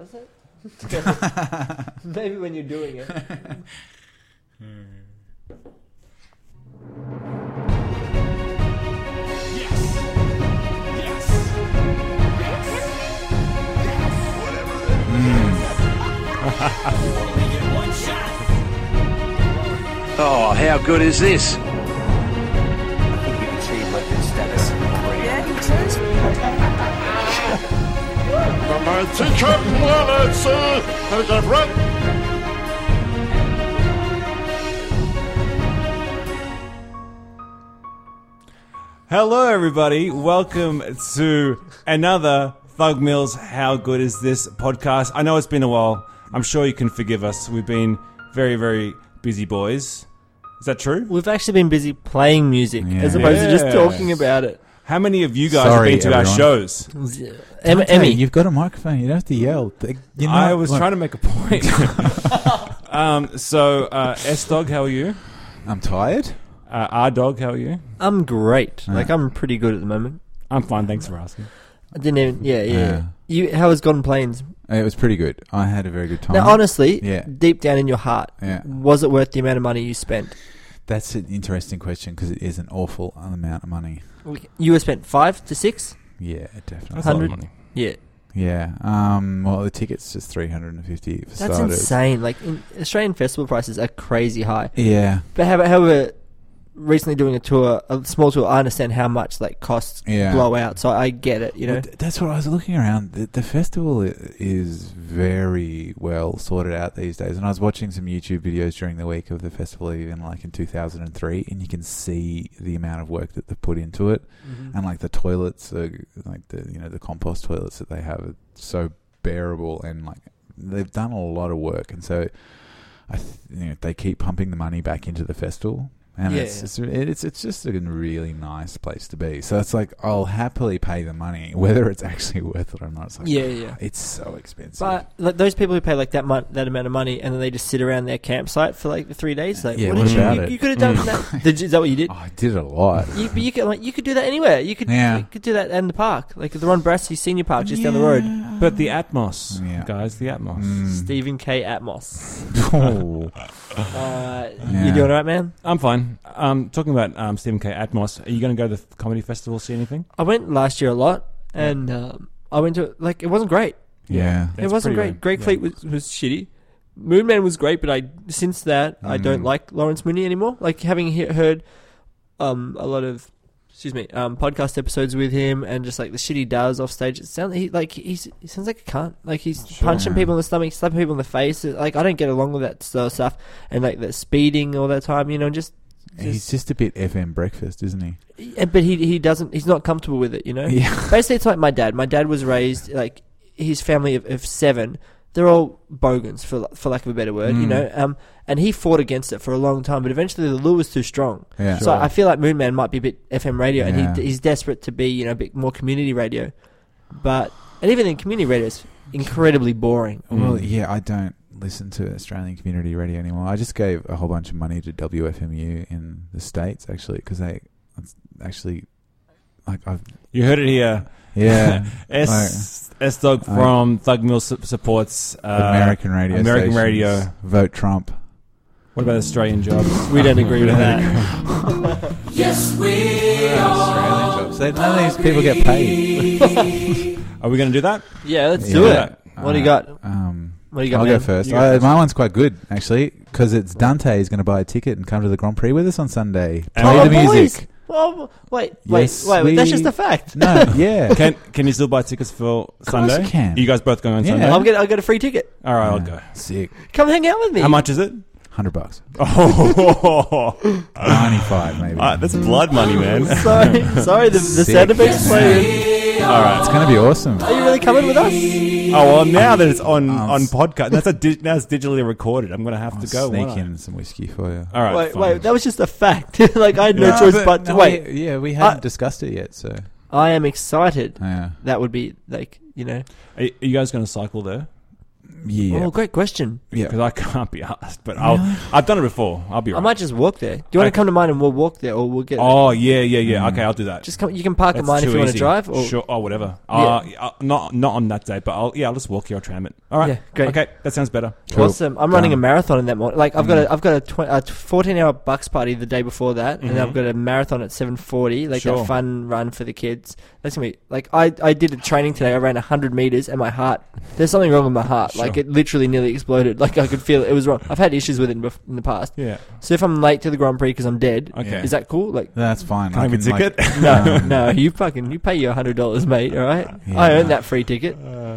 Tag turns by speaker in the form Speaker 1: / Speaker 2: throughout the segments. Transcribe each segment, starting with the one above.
Speaker 1: Was it? Maybe when you're doing it.
Speaker 2: Yes. Yes. Yes. Yes. Whatever the yes. Only get one shot.
Speaker 3: Oh, how good is this?
Speaker 4: My teacher wallets, uh, I got red.
Speaker 5: Hello, everybody. Welcome to another Thug Mills How Good Is This podcast. I know it's been a while. I'm sure you can forgive us. We've been very, very busy boys. Is that true?
Speaker 1: We've actually been busy playing music as
Speaker 6: Yeah.
Speaker 1: opposed to just
Speaker 5: Yes.
Speaker 1: talking about it.
Speaker 5: How many of you guys
Speaker 6: Sorry,
Speaker 5: have been to our
Speaker 6: everyone.
Speaker 5: shows?
Speaker 1: Em-
Speaker 6: Hey,
Speaker 1: Emmy,
Speaker 6: you've got a microphone. You don't have to yell. You know,
Speaker 5: I was trying to make a point. um, so, uh, S Dog, how are you?
Speaker 6: I'm tired.
Speaker 5: Uh, R Dog, how are you?
Speaker 1: I'm great. Like I'm pretty good at the moment.
Speaker 5: I'm fine. Thanks for asking.
Speaker 1: I didn't even. Yeah, yeah.
Speaker 6: Yeah.
Speaker 1: You, how has Gone Planes?
Speaker 6: It was pretty good. I had a very good time.
Speaker 1: Now, honestly,
Speaker 6: Uh-huh. Yeah.
Speaker 1: deep down in your heart,
Speaker 6: Yeah.
Speaker 1: was it worth the amount of money you spent?
Speaker 6: That's an interesting question because it is an awful amount of money.
Speaker 1: You were spent five to six.
Speaker 6: Yeah, definitely.
Speaker 5: That's a lot of
Speaker 1: 100.
Speaker 5: money.
Speaker 1: Yeah,
Speaker 6: Yeah. Um. Well, the tickets just three hundred and fifty.
Speaker 1: that's insane. Like in, Australian festival prices are crazy high.
Speaker 6: Yeah.
Speaker 1: But however, however, recently doing a tour, a small tour, I understand how much like costs
Speaker 6: Yeah.
Speaker 1: blow out. So I get it. You know,
Speaker 6: Well, th- that's what I was looking around. The, the festival i- is very well sorted out these days, and I was watching some YouTube videos during the week of the festival, even like in 2003, and you can see the amount of work that they put into it, and like the toilets, are, like the you know the compost toilets that they have, are so bearable, and like they've done a lot of work, and so I th- you know, they keep pumping the money back into the festival. And
Speaker 1: Yeah,
Speaker 6: it's,
Speaker 1: yeah.
Speaker 6: it's it's it's just a really nice place to be. So it's like I'll happily pay the money, whether it's actually worth it or not. It's like "Ah,
Speaker 1: Yeah, yeah.
Speaker 6: it's so expensive.
Speaker 1: but like, those people who pay like that mon- that amount of money and then they just sit around their campsite for like three days, like
Speaker 6: Yeah,
Speaker 1: what,
Speaker 6: what
Speaker 1: did
Speaker 6: about
Speaker 1: you,
Speaker 6: it? Mm.
Speaker 1: you? You could have done that. Did you, is that what you did?
Speaker 6: oh, I did a lot.
Speaker 1: You, but you could like you could do that anywhere. You could
Speaker 6: Yeah.
Speaker 1: you could do that in the park, like the Ron Brassey Senior Park Uh, just down the road.
Speaker 5: But the Atmos,
Speaker 6: Yeah. Mm.
Speaker 5: guys, the Atmos.
Speaker 1: Stephen K. Atmos.
Speaker 6: Oh.
Speaker 1: Uh, You
Speaker 6: Yeah.
Speaker 1: doing all right, man?
Speaker 5: I'm fine. Um, talking about um, Stephen K. Atmos, are you going to go to the f- comedy festival, see anything?
Speaker 1: I went last year a lot, and um, I went to like it wasn't great.
Speaker 6: yeah.
Speaker 5: That's
Speaker 1: it wasn't
Speaker 5: pretty
Speaker 1: great. Great
Speaker 5: lame.
Speaker 1: Fleet was, was shitty. Moonman was great, but I since that I don't
Speaker 6: Mm.
Speaker 1: like Lawrence Mooney anymore. Like having he- heard um, a lot of excuse me um, podcast episodes with him, and just like the shit he does off stage, it sounds he like he's he sounds like a cunt. Like he's punching people in the stomach, slapping people in the face. Like I don't get along with that sort of stuff, and like the speeding all that time, you know, just.
Speaker 6: He's just a bit FM breakfast, isn't he?
Speaker 1: Yeah, but he he doesn't he's not comfortable with it, you know.
Speaker 6: Yeah.
Speaker 1: Basically, it's like my dad. My dad was raised like his family of, of seven. They're all bogans for for lack of a better word,
Speaker 6: Mm.
Speaker 1: you know. Um, and he fought against it for a long time, but eventually the lure was too strong.
Speaker 6: Yeah.
Speaker 1: So I feel like Moonman might be a bit FM radio, and
Speaker 6: Yeah.
Speaker 1: he, he's desperate to be you know a bit more community radio. But and even in community radio, it's incredibly boring.
Speaker 6: Well,
Speaker 5: Hmm.
Speaker 6: yeah, I don't listen to Australian community radio anymore. I just gave a whole bunch of money to WFMU in the states actually because they it's actually like I've
Speaker 5: You heard it here.
Speaker 6: yeah
Speaker 5: S S Dog
Speaker 6: Aye.
Speaker 5: from Thug Mill su- supports uh,
Speaker 6: American radio
Speaker 5: American
Speaker 6: stations.
Speaker 5: radio.
Speaker 6: vote Trump.
Speaker 5: What about Australian jobs?
Speaker 1: We don't agree with that.
Speaker 6: Australian jobs. They, none of these people get paid.
Speaker 5: Are we going to do that?
Speaker 1: Yeah, let's do
Speaker 6: Yeah.
Speaker 1: it. What do you got?
Speaker 6: Um,
Speaker 1: What do you got?
Speaker 6: I'll
Speaker 1: man?
Speaker 6: go first.
Speaker 5: You go
Speaker 6: I-
Speaker 5: first.
Speaker 6: My one's quite good actually because it's Dante is going to buy a ticket and come to the Grand Prix with us on Sunday. Play
Speaker 5: Oh,
Speaker 6: the music.
Speaker 1: Boys. Well, wait, wait,
Speaker 6: Yes,
Speaker 1: wait, wait. That's
Speaker 6: we-
Speaker 1: just a fact.
Speaker 6: No, yeah.
Speaker 5: Can Can you still buy tickets for Sunday?
Speaker 6: you can.
Speaker 5: Are you guys both going on
Speaker 6: Yeah.
Speaker 5: Sunday?
Speaker 1: I'll get I'll get a free ticket.
Speaker 5: All right, I'll go.
Speaker 6: Sick.
Speaker 1: Come hang out with me.
Speaker 5: How much is it?
Speaker 6: Hundred bucks.
Speaker 5: Oh,
Speaker 6: Ninety-five maybe.
Speaker 5: Ah, that's blood money, man.
Speaker 1: Sorry, sorry. The, the
Speaker 6: Sick.
Speaker 1: sound effects playing.
Speaker 6: It's going to be awesome.
Speaker 1: Are you really coming with us?
Speaker 5: Oh well, now that it's on
Speaker 6: Um,
Speaker 5: on podcast, that's a di- now it's digitally recorded. I'm going to have to go.
Speaker 6: sneak
Speaker 5: won't I?
Speaker 6: in some whiskey for you.
Speaker 5: All right,
Speaker 1: wait,
Speaker 5: fine.
Speaker 1: wait. That was just a fact. like I had no, choice but, to wait.
Speaker 6: yeah, we
Speaker 1: haven't
Speaker 6: haven't
Speaker 1: Uh,
Speaker 6: discussed it yet, so
Speaker 1: I am excited.
Speaker 6: yeah.
Speaker 1: That would be like you know.
Speaker 5: Are, are you guys going to cycle there?
Speaker 6: Yeah.
Speaker 1: Oh, great question.
Speaker 6: yeah.
Speaker 5: because I can't be asked. But I'll I've done it before. I'll be
Speaker 1: I
Speaker 5: right.
Speaker 1: might just walk there. Do you want
Speaker 5: Okay.
Speaker 1: to come to mine and we'll walk there, or we'll get
Speaker 5: oh yeah, yeah, yeah. Okay, I'll do that.
Speaker 1: Mm. just come. You can park at
Speaker 5: That's
Speaker 1: mine if
Speaker 5: too
Speaker 1: you want to
Speaker 5: easy.
Speaker 1: drive. Or
Speaker 5: Sure. Oh, whatever. Uh, uh, not not on that day, but I'll yeah, I'll just walk here. I'll tram it. All right.
Speaker 1: Yeah, great.
Speaker 5: Okay, that sounds better.
Speaker 6: Cool.
Speaker 1: Awesome. I'm running a
Speaker 6: Done.
Speaker 1: marathon in that morning. Like I've got a I've got a, tw- a 14 hour bucks party the day before that, and then I've got a marathon at 7:40. Like
Speaker 5: Sure.
Speaker 1: that fun run for the kids. That's gonna be like I I did a training today. I ran 100 meters, and my heart. There's something wrong with my heart. Like
Speaker 5: Sure.
Speaker 1: it literally nearly exploded. Like I could feel it, it was wrong. I've had issues with it in, bef- in the past.
Speaker 5: Yeah.
Speaker 1: So if I'm late to the Grand Prix because I'm dead,
Speaker 5: Okay.
Speaker 1: is that cool? Like.
Speaker 6: That's fine.
Speaker 5: Claim a ticket.
Speaker 1: No,
Speaker 6: um,
Speaker 1: no, you fucking you pay your hundred dollars, mate. All right, I
Speaker 6: Yeah.
Speaker 1: earned that free ticket.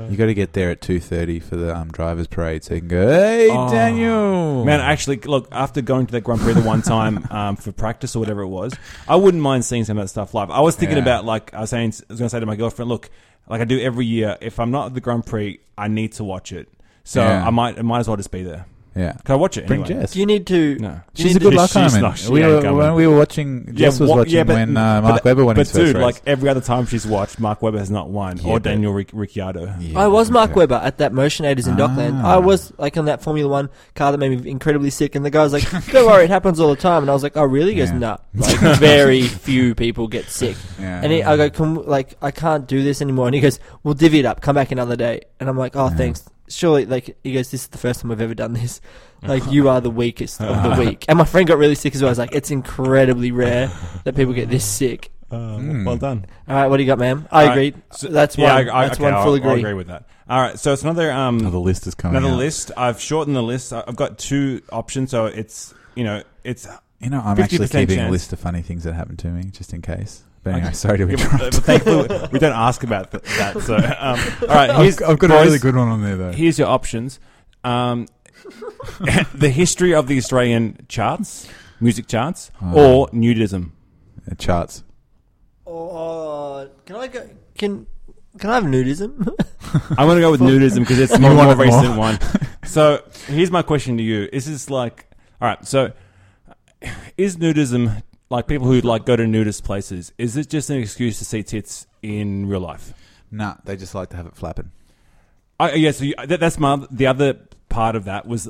Speaker 6: You got to get there at two thirty for the um, drivers' parade, so you can go. Hey,
Speaker 5: Oh.
Speaker 6: Daniel,
Speaker 5: Man, actually, look, after going to that Grand Prix the one time um, for practice or whatever it was, I wouldn't mind seeing some of that stuff live. I was thinking
Speaker 6: Yeah.
Speaker 5: about, like, I was saying, I was going to say to my girlfriend, look, like I do every year, if I'm not at the Grand Prix, I need to watch it. So
Speaker 6: Yeah.
Speaker 5: I might, I might as well just be there.
Speaker 6: yeah,
Speaker 5: Can I watch it?
Speaker 6: bring
Speaker 5: anyway?
Speaker 6: Jess.
Speaker 1: Do you need to?
Speaker 5: No.
Speaker 1: do you
Speaker 6: She's a
Speaker 1: need
Speaker 6: good
Speaker 1: to-
Speaker 6: luck
Speaker 5: she's
Speaker 6: She's
Speaker 5: not- she
Speaker 6: we
Speaker 5: ain't
Speaker 6: were,
Speaker 5: going.
Speaker 6: when we were watching, Jess was
Speaker 5: wa-
Speaker 6: watching
Speaker 5: but-
Speaker 6: when uh,
Speaker 5: but
Speaker 6: Mark
Speaker 5: that-
Speaker 6: Webber won
Speaker 5: But
Speaker 6: his
Speaker 5: dude,
Speaker 6: first race.
Speaker 5: like every other time she's watched, Mark Webber has not won,
Speaker 6: Yeah,
Speaker 5: or
Speaker 6: but-
Speaker 5: Daniel Ric- Ricciardo.
Speaker 6: Yeah,
Speaker 1: I was Mark
Speaker 6: okay.
Speaker 1: Webber at that Motionators in Dockland.
Speaker 6: Ah.
Speaker 1: I was like on that Formula One car that made me incredibly sick, and the guy was like, "Don't worry, it happens all the time." And I was like, "Oh, really?" He goes,
Speaker 6: Yeah.
Speaker 1: "Nah, like very few people get sick."
Speaker 6: Yeah.
Speaker 1: And he, I
Speaker 5: Ah. Uh,
Speaker 1: go, Can, we- "Like, I can't do this anymore." And he goes, "We'll divvy it up. Come back another day." And I'm like, "Oh, thanks." Surely, like he goes, "This is the first time I've ever done this. Like, you are the weakest of the weak." And my friend got really sick as well. I was like, "It's incredibly rare that people get this sick."
Speaker 5: Uh,
Speaker 6: Hmm.
Speaker 5: Well done.
Speaker 1: All right, what do you got, ma'am? I
Speaker 5: All right.
Speaker 1: agreed.
Speaker 5: So-
Speaker 1: that's
Speaker 5: yeah,
Speaker 1: one.
Speaker 5: I, I,
Speaker 1: that's
Speaker 5: okay,
Speaker 1: one
Speaker 5: I'll-
Speaker 1: full
Speaker 5: I'll
Speaker 1: agree.
Speaker 5: agree with that. All right, so it's another um,
Speaker 6: Another list is coming.
Speaker 5: another
Speaker 6: out.
Speaker 5: list. I've shortened the list. I- I've got two options, so it's you know it's.
Speaker 6: You know, I'm
Speaker 5: 50%
Speaker 6: actually keeping a
Speaker 5: chance.
Speaker 6: list of funny things that happened to me, just in case. But
Speaker 5: Okay.
Speaker 6: anyway, sorry to
Speaker 5: Yeah, but- but
Speaker 6: interrupt.
Speaker 5: thankfully, we don't ask about th- that. So, um, all right, here's,
Speaker 6: I've, I've got a
Speaker 5: boys,
Speaker 6: really good one on there though.
Speaker 5: Here's your options: um, the history of the Australian charts, music charts,
Speaker 6: Oh.
Speaker 5: or nudism.
Speaker 6: Uh, Charts.
Speaker 1: Oh, can I go? Can can I have nudism?
Speaker 5: I'm going to go with nudism because it's more,
Speaker 6: You
Speaker 5: more
Speaker 6: want it more?
Speaker 5: recent one. So here's my question to you: Is this like, all right? So is nudism like people who like go to nudist places? Is it just an excuse to see tits in real life?
Speaker 6: Nah, they just like to have it flapping.
Speaker 5: I, yeah, so you, that, that's my oth- the other part of that was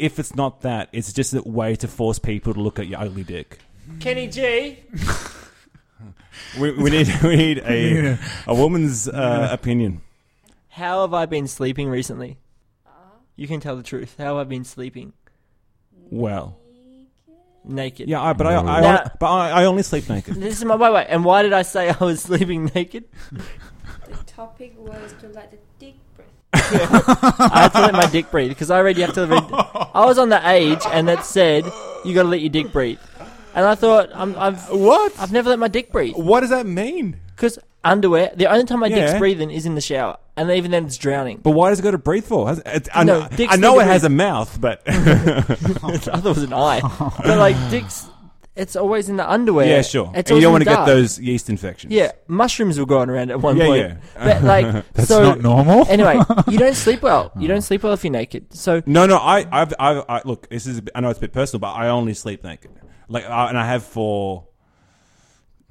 Speaker 5: if it's not that, it's just a way to force people to look at your ugly dick.
Speaker 1: Kenny G.
Speaker 5: We, we need we need a a woman's uh, opinion.
Speaker 1: How have I been sleeping recently? You can tell the truth. How have I been sleeping?
Speaker 5: Well,
Speaker 1: Naked.
Speaker 5: yeah, I, but I, I,
Speaker 1: Now-
Speaker 5: but I, I only sleep naked.
Speaker 1: This is my wait, wait. And why did I say I was sleeping naked?
Speaker 7: The topic was to let the dick breathe.
Speaker 1: I had to let my dick breathe because I already have to. Read, I was on the age, and it said you got to let your dick breathe. And I thought I'm, I've
Speaker 5: What?
Speaker 1: I've never let my dick breathe
Speaker 5: What does that mean?
Speaker 1: because underwear. The only time my
Speaker 5: Yeah.
Speaker 1: dick's breathing is in the shower, and even then it's drowning.
Speaker 5: But why does it go to breathe for? Has- It's, I,
Speaker 1: No,
Speaker 5: know-
Speaker 1: dicks Oh,
Speaker 5: I know
Speaker 1: need
Speaker 5: it
Speaker 1: to
Speaker 5: has a
Speaker 1: breathe.
Speaker 5: mouth, but
Speaker 1: I thought it was an eye. But like dicks, it's always in the underwear.
Speaker 5: yeah, sure.
Speaker 1: It's
Speaker 5: And you don't
Speaker 1: always in
Speaker 5: want to get
Speaker 1: the dark.
Speaker 5: those yeast infections.
Speaker 1: Yeah, mushrooms were growing around at one
Speaker 5: Yeah,
Speaker 1: point.
Speaker 5: yeah.
Speaker 1: But like,
Speaker 6: That's
Speaker 1: so
Speaker 6: not normal.
Speaker 1: anyway, you don't sleep well. You
Speaker 5: Mm.
Speaker 1: don't sleep well if you're naked. So
Speaker 5: No, no. I, I've, I've, I look. This is. a bit- I know it's a bit personal, but I only sleep naked. Like, I, and I have for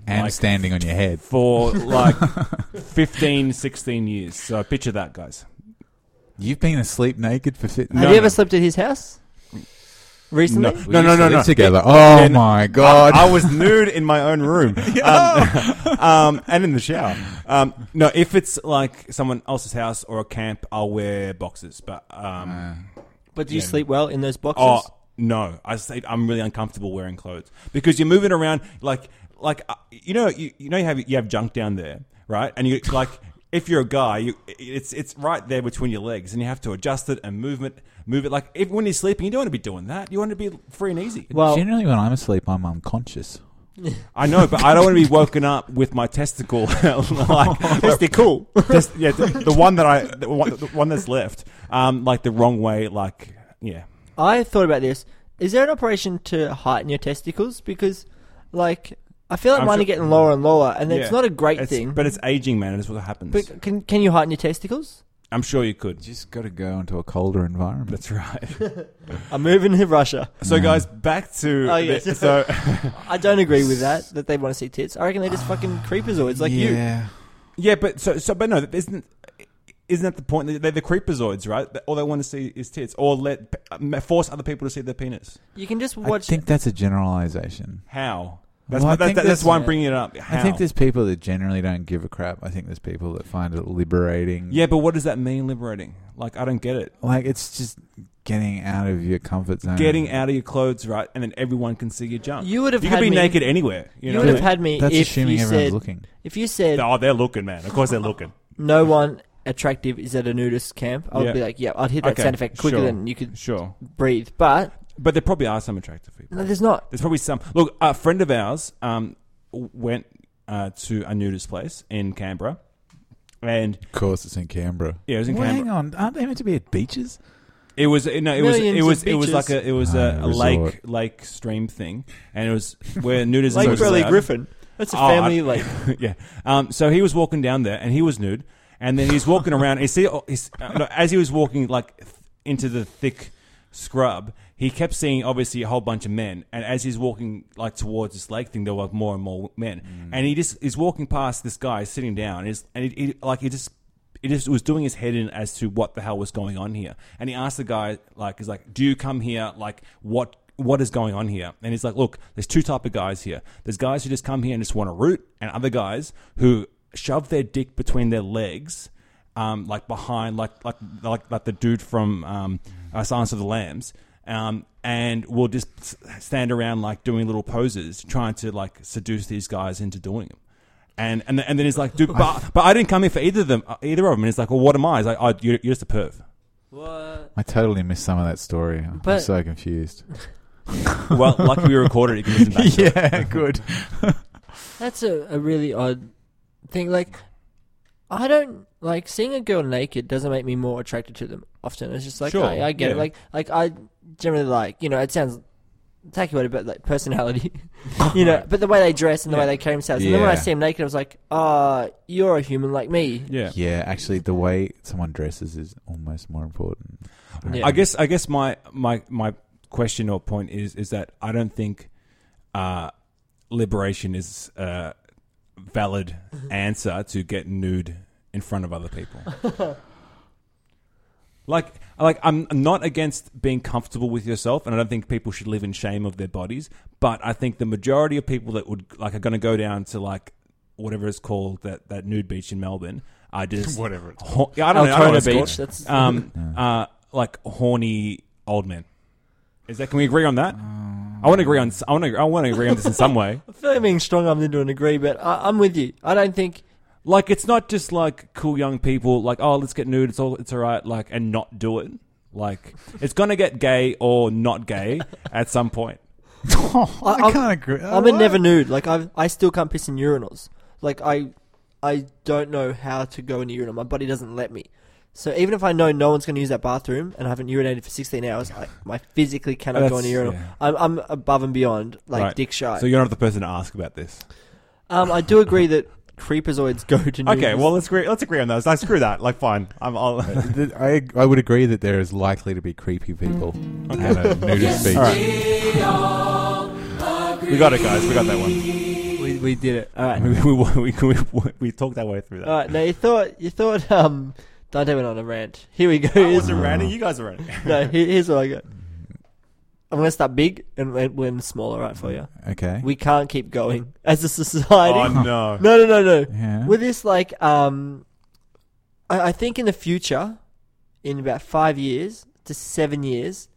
Speaker 6: and
Speaker 5: Like-
Speaker 6: standing on your head.
Speaker 5: for like 15, 16 years. So picture that, guys.
Speaker 6: You've been asleep naked for. Fit-
Speaker 1: have
Speaker 5: No,
Speaker 1: you
Speaker 5: no.
Speaker 1: ever slept at his house recently?
Speaker 5: No.
Speaker 6: We used to live Together. oh
Speaker 5: Then
Speaker 6: my god.
Speaker 5: I, I was nude in my own room, um, um, and in the shower. Um, no, if it's like someone else's house or a camp, I'll wear boxes. But um,
Speaker 1: But do you sleep well in those boxes?
Speaker 5: Oh no, I say I'm really uncomfortable wearing clothes because you're moving around like like uh, you know you, you know you have you have junk down there, right? And you like if you're a guy, you it's it's right there between your legs, and you have to adjust it and move it move it. Like if, when you're sleeping, you don't want to be doing that. You want to be free and easy.
Speaker 1: well,
Speaker 6: Generally, when I'm asleep, I'm unconscious.
Speaker 5: I know, but I don't want to be woken up with my testicle like
Speaker 1: cool.
Speaker 5: test- yeah, the, the one that I the one, the one that's left, um, like the wrong way, like yeah.
Speaker 1: I thought about this. Is there an operation to heighten your testicles? Because, like, I feel like
Speaker 5: I'm
Speaker 1: mine
Speaker 5: sure-
Speaker 1: are getting lower and lower, and
Speaker 5: Yeah.
Speaker 1: it's not a great
Speaker 5: It's-
Speaker 1: thing.
Speaker 5: but it's aging, man. and It's what happens.
Speaker 1: But can can you heighten your testicles?
Speaker 5: I'm sure you could.
Speaker 6: Just got to go into a colder environment.
Speaker 5: That's right.
Speaker 1: I'm moving to Russia.
Speaker 5: So, guys, back to
Speaker 1: Oh,
Speaker 5: the-
Speaker 1: yes.
Speaker 5: so
Speaker 1: I don't agree with that. That they want to see
Speaker 5: Ah,
Speaker 1: tits. I reckon they're just fucking creepers. Or it's like you.
Speaker 6: yeah.
Speaker 5: yeah, but so so but no, isn't isn't that the point? They're the creepazoids, right? All they want to see is tits, or let force other people to see their penis.
Speaker 1: You can just
Speaker 6: I
Speaker 1: watch.
Speaker 6: think that's a generalization.
Speaker 5: How? That's,
Speaker 6: Well, I
Speaker 5: my, that,
Speaker 6: think
Speaker 5: that, that's
Speaker 6: there's-
Speaker 5: why I'm bringing it up.
Speaker 6: I
Speaker 5: How?
Speaker 6: think there's people that generally don't give a crap. I think there's people that find it liberating.
Speaker 5: yeah, but what does that mean, liberating? Like, I don't get it.
Speaker 6: Like it's just getting out of your comfort zone.
Speaker 5: Getting out of your clothes, right, and then everyone can see your junk.
Speaker 1: you would have
Speaker 5: You
Speaker 1: had
Speaker 5: could be
Speaker 1: me,
Speaker 5: naked anywhere. You,
Speaker 1: You,
Speaker 5: know
Speaker 1: would
Speaker 5: what I
Speaker 1: have had me
Speaker 5: mean?
Speaker 6: That's
Speaker 1: if
Speaker 6: assuming
Speaker 1: you
Speaker 6: everyone's
Speaker 1: said
Speaker 6: looking.
Speaker 1: if you said
Speaker 5: Oh, they're looking, man. Of course they're looking.
Speaker 1: no one attractive is at a nudist camp. I would
Speaker 5: Yeah.
Speaker 1: be like, yeah, I'd hit that
Speaker 5: Okay,
Speaker 1: sound effect quicker
Speaker 5: sure.
Speaker 1: than you could
Speaker 5: sure.
Speaker 1: breathe. But
Speaker 5: But there probably are some attractive people.
Speaker 1: no, there's not.
Speaker 5: There's probably some. Look, a friend of ours um, went uh, to a nudist place in Canberra. And
Speaker 6: Of course, it's in Canberra.
Speaker 5: yeah, it was in
Speaker 6: Well, hang
Speaker 5: Canberra.
Speaker 6: on, aren't they meant to be at beaches?
Speaker 5: It was no, it was
Speaker 1: Millions
Speaker 5: it
Speaker 1: of
Speaker 5: was it was
Speaker 1: beaches.
Speaker 5: like a it was a,
Speaker 6: Ah,
Speaker 5: a lake
Speaker 6: resort.
Speaker 5: lake stream thing, and it was where nudism
Speaker 1: Like
Speaker 5: was
Speaker 1: Burley
Speaker 5: allowed.
Speaker 1: Griffin. That's a
Speaker 5: Oh,
Speaker 1: family
Speaker 5: I-
Speaker 1: like
Speaker 5: yeah. Um, so he was walking down there, and he was nude, and then he's walking around. He see, oh, he's, uh, no, as he was walking like th- into the thick scrub, he kept seeing obviously a whole bunch of men. And as he's walking like towards this lake thing, there were like more and more men. And he just is walking past this guy sitting down, and, he's, and he, he like he just. It just was doing his head in as to what the hell was going on here, and he asked the guy like, "Is like, do you come here? Like, what what is going on here? And he's like, look, there's two type of guys here. There's guys who just come here and just want to root, and other guys who shove their dick between their legs, um, like behind, like like like like the dude from um, uh, Silence of the Lambs, um, and will just s- stand around like doing little poses, trying to like seduce these guys into doing them. And, and and then he's like, dude, but, but I didn't come here for either of them, uh, either of them. And he's like, well, what am I? He's like, oh, you're, you're just a perv.
Speaker 6: I totally missed some of that story. I'm
Speaker 1: But-
Speaker 6: so confused.
Speaker 5: well, lucky we recorded it. You can listen back. to it.
Speaker 6: yeah, good.
Speaker 1: That's a, a really odd thing. Like, I don't like seeing a girl naked doesn't make me more attracted to them. Often it's just like
Speaker 5: Sure,
Speaker 1: I, I get it.
Speaker 5: yeah.
Speaker 1: Like, like I generally like you know it sounds tacky word, but like personality, you know. But the way they dress and the way they carry themselves, and then when I
Speaker 6: Yeah.
Speaker 1: see them naked, I was like, ah, you're a human like me.
Speaker 5: Yeah.
Speaker 6: Yeah, actually, the way someone dresses is almost more important.
Speaker 1: Yeah.
Speaker 5: I guess I guess my my my question or point is is that I don't think uh, liberation is a valid
Speaker 1: Mm-hmm.
Speaker 5: answer to get nude in front of other people. like like I'm not against being comfortable with yourself and I don't think people should live in shame of their bodies, but I think the majority of people that would like are going to go down to like whatever it's called that that nude beach in Melbourne are just
Speaker 6: Whatever it's
Speaker 5: Ho- yeah, I don't know. I don't know what
Speaker 1: Altona
Speaker 5: it's called
Speaker 1: Beach. That's
Speaker 5: um, uh, like horny old men. Is that? Can we agree on that? I want to agree on. s- I want to. I want to agree on this in some way.
Speaker 1: I feel like being strong armed into an agree, but I, I'm with you. I don't think
Speaker 5: Like it's not just like cool young people. Like oh, let's get nude. It's all. It's all right. Like and not do it. Like it's gonna get gay or not gay at some point.
Speaker 6: I,
Speaker 1: I'm-
Speaker 6: can't agree.
Speaker 1: I'm a never nude. Like I, I still can't piss in urinals. Like I, I don't know how to go in the urinal. My body doesn't let me. So even if I know no one's going to use that bathroom and I haven't urinated for 16 hours, I, I physically cannot go in the
Speaker 5: That's-
Speaker 1: urinal.
Speaker 5: yeah.
Speaker 1: I'm, I'm above and beyond, like
Speaker 5: Right.
Speaker 1: dick shy.
Speaker 5: So you're not the person to ask about this.
Speaker 1: um, I do agree that creepazoids go to nudes.
Speaker 8: Okay, well let's agree. Let's agree on those. I screw that. Like, fine. I'm. I'll,
Speaker 6: Th- I I would agree that there is likely to be creepy people at a nudist beach.
Speaker 8: we got it, guys. We got that one.
Speaker 1: we, we did it. All right.
Speaker 8: We, we, we, we, we talked our way through that.
Speaker 1: All right. Now you thought you thought um, Dante went on a rant. Here we go. Here's,
Speaker 8: Wasn't random. You guys are random.
Speaker 1: no, here- here's what I got. I'm going to start big and we'll we'll end small. All right for you.
Speaker 6: Okay.
Speaker 1: we can't keep going as a society.
Speaker 8: Oh no.
Speaker 1: no, no, no, no.
Speaker 6: yeah.
Speaker 1: With this, like, um, I, I think in the future, in about five years to seven years,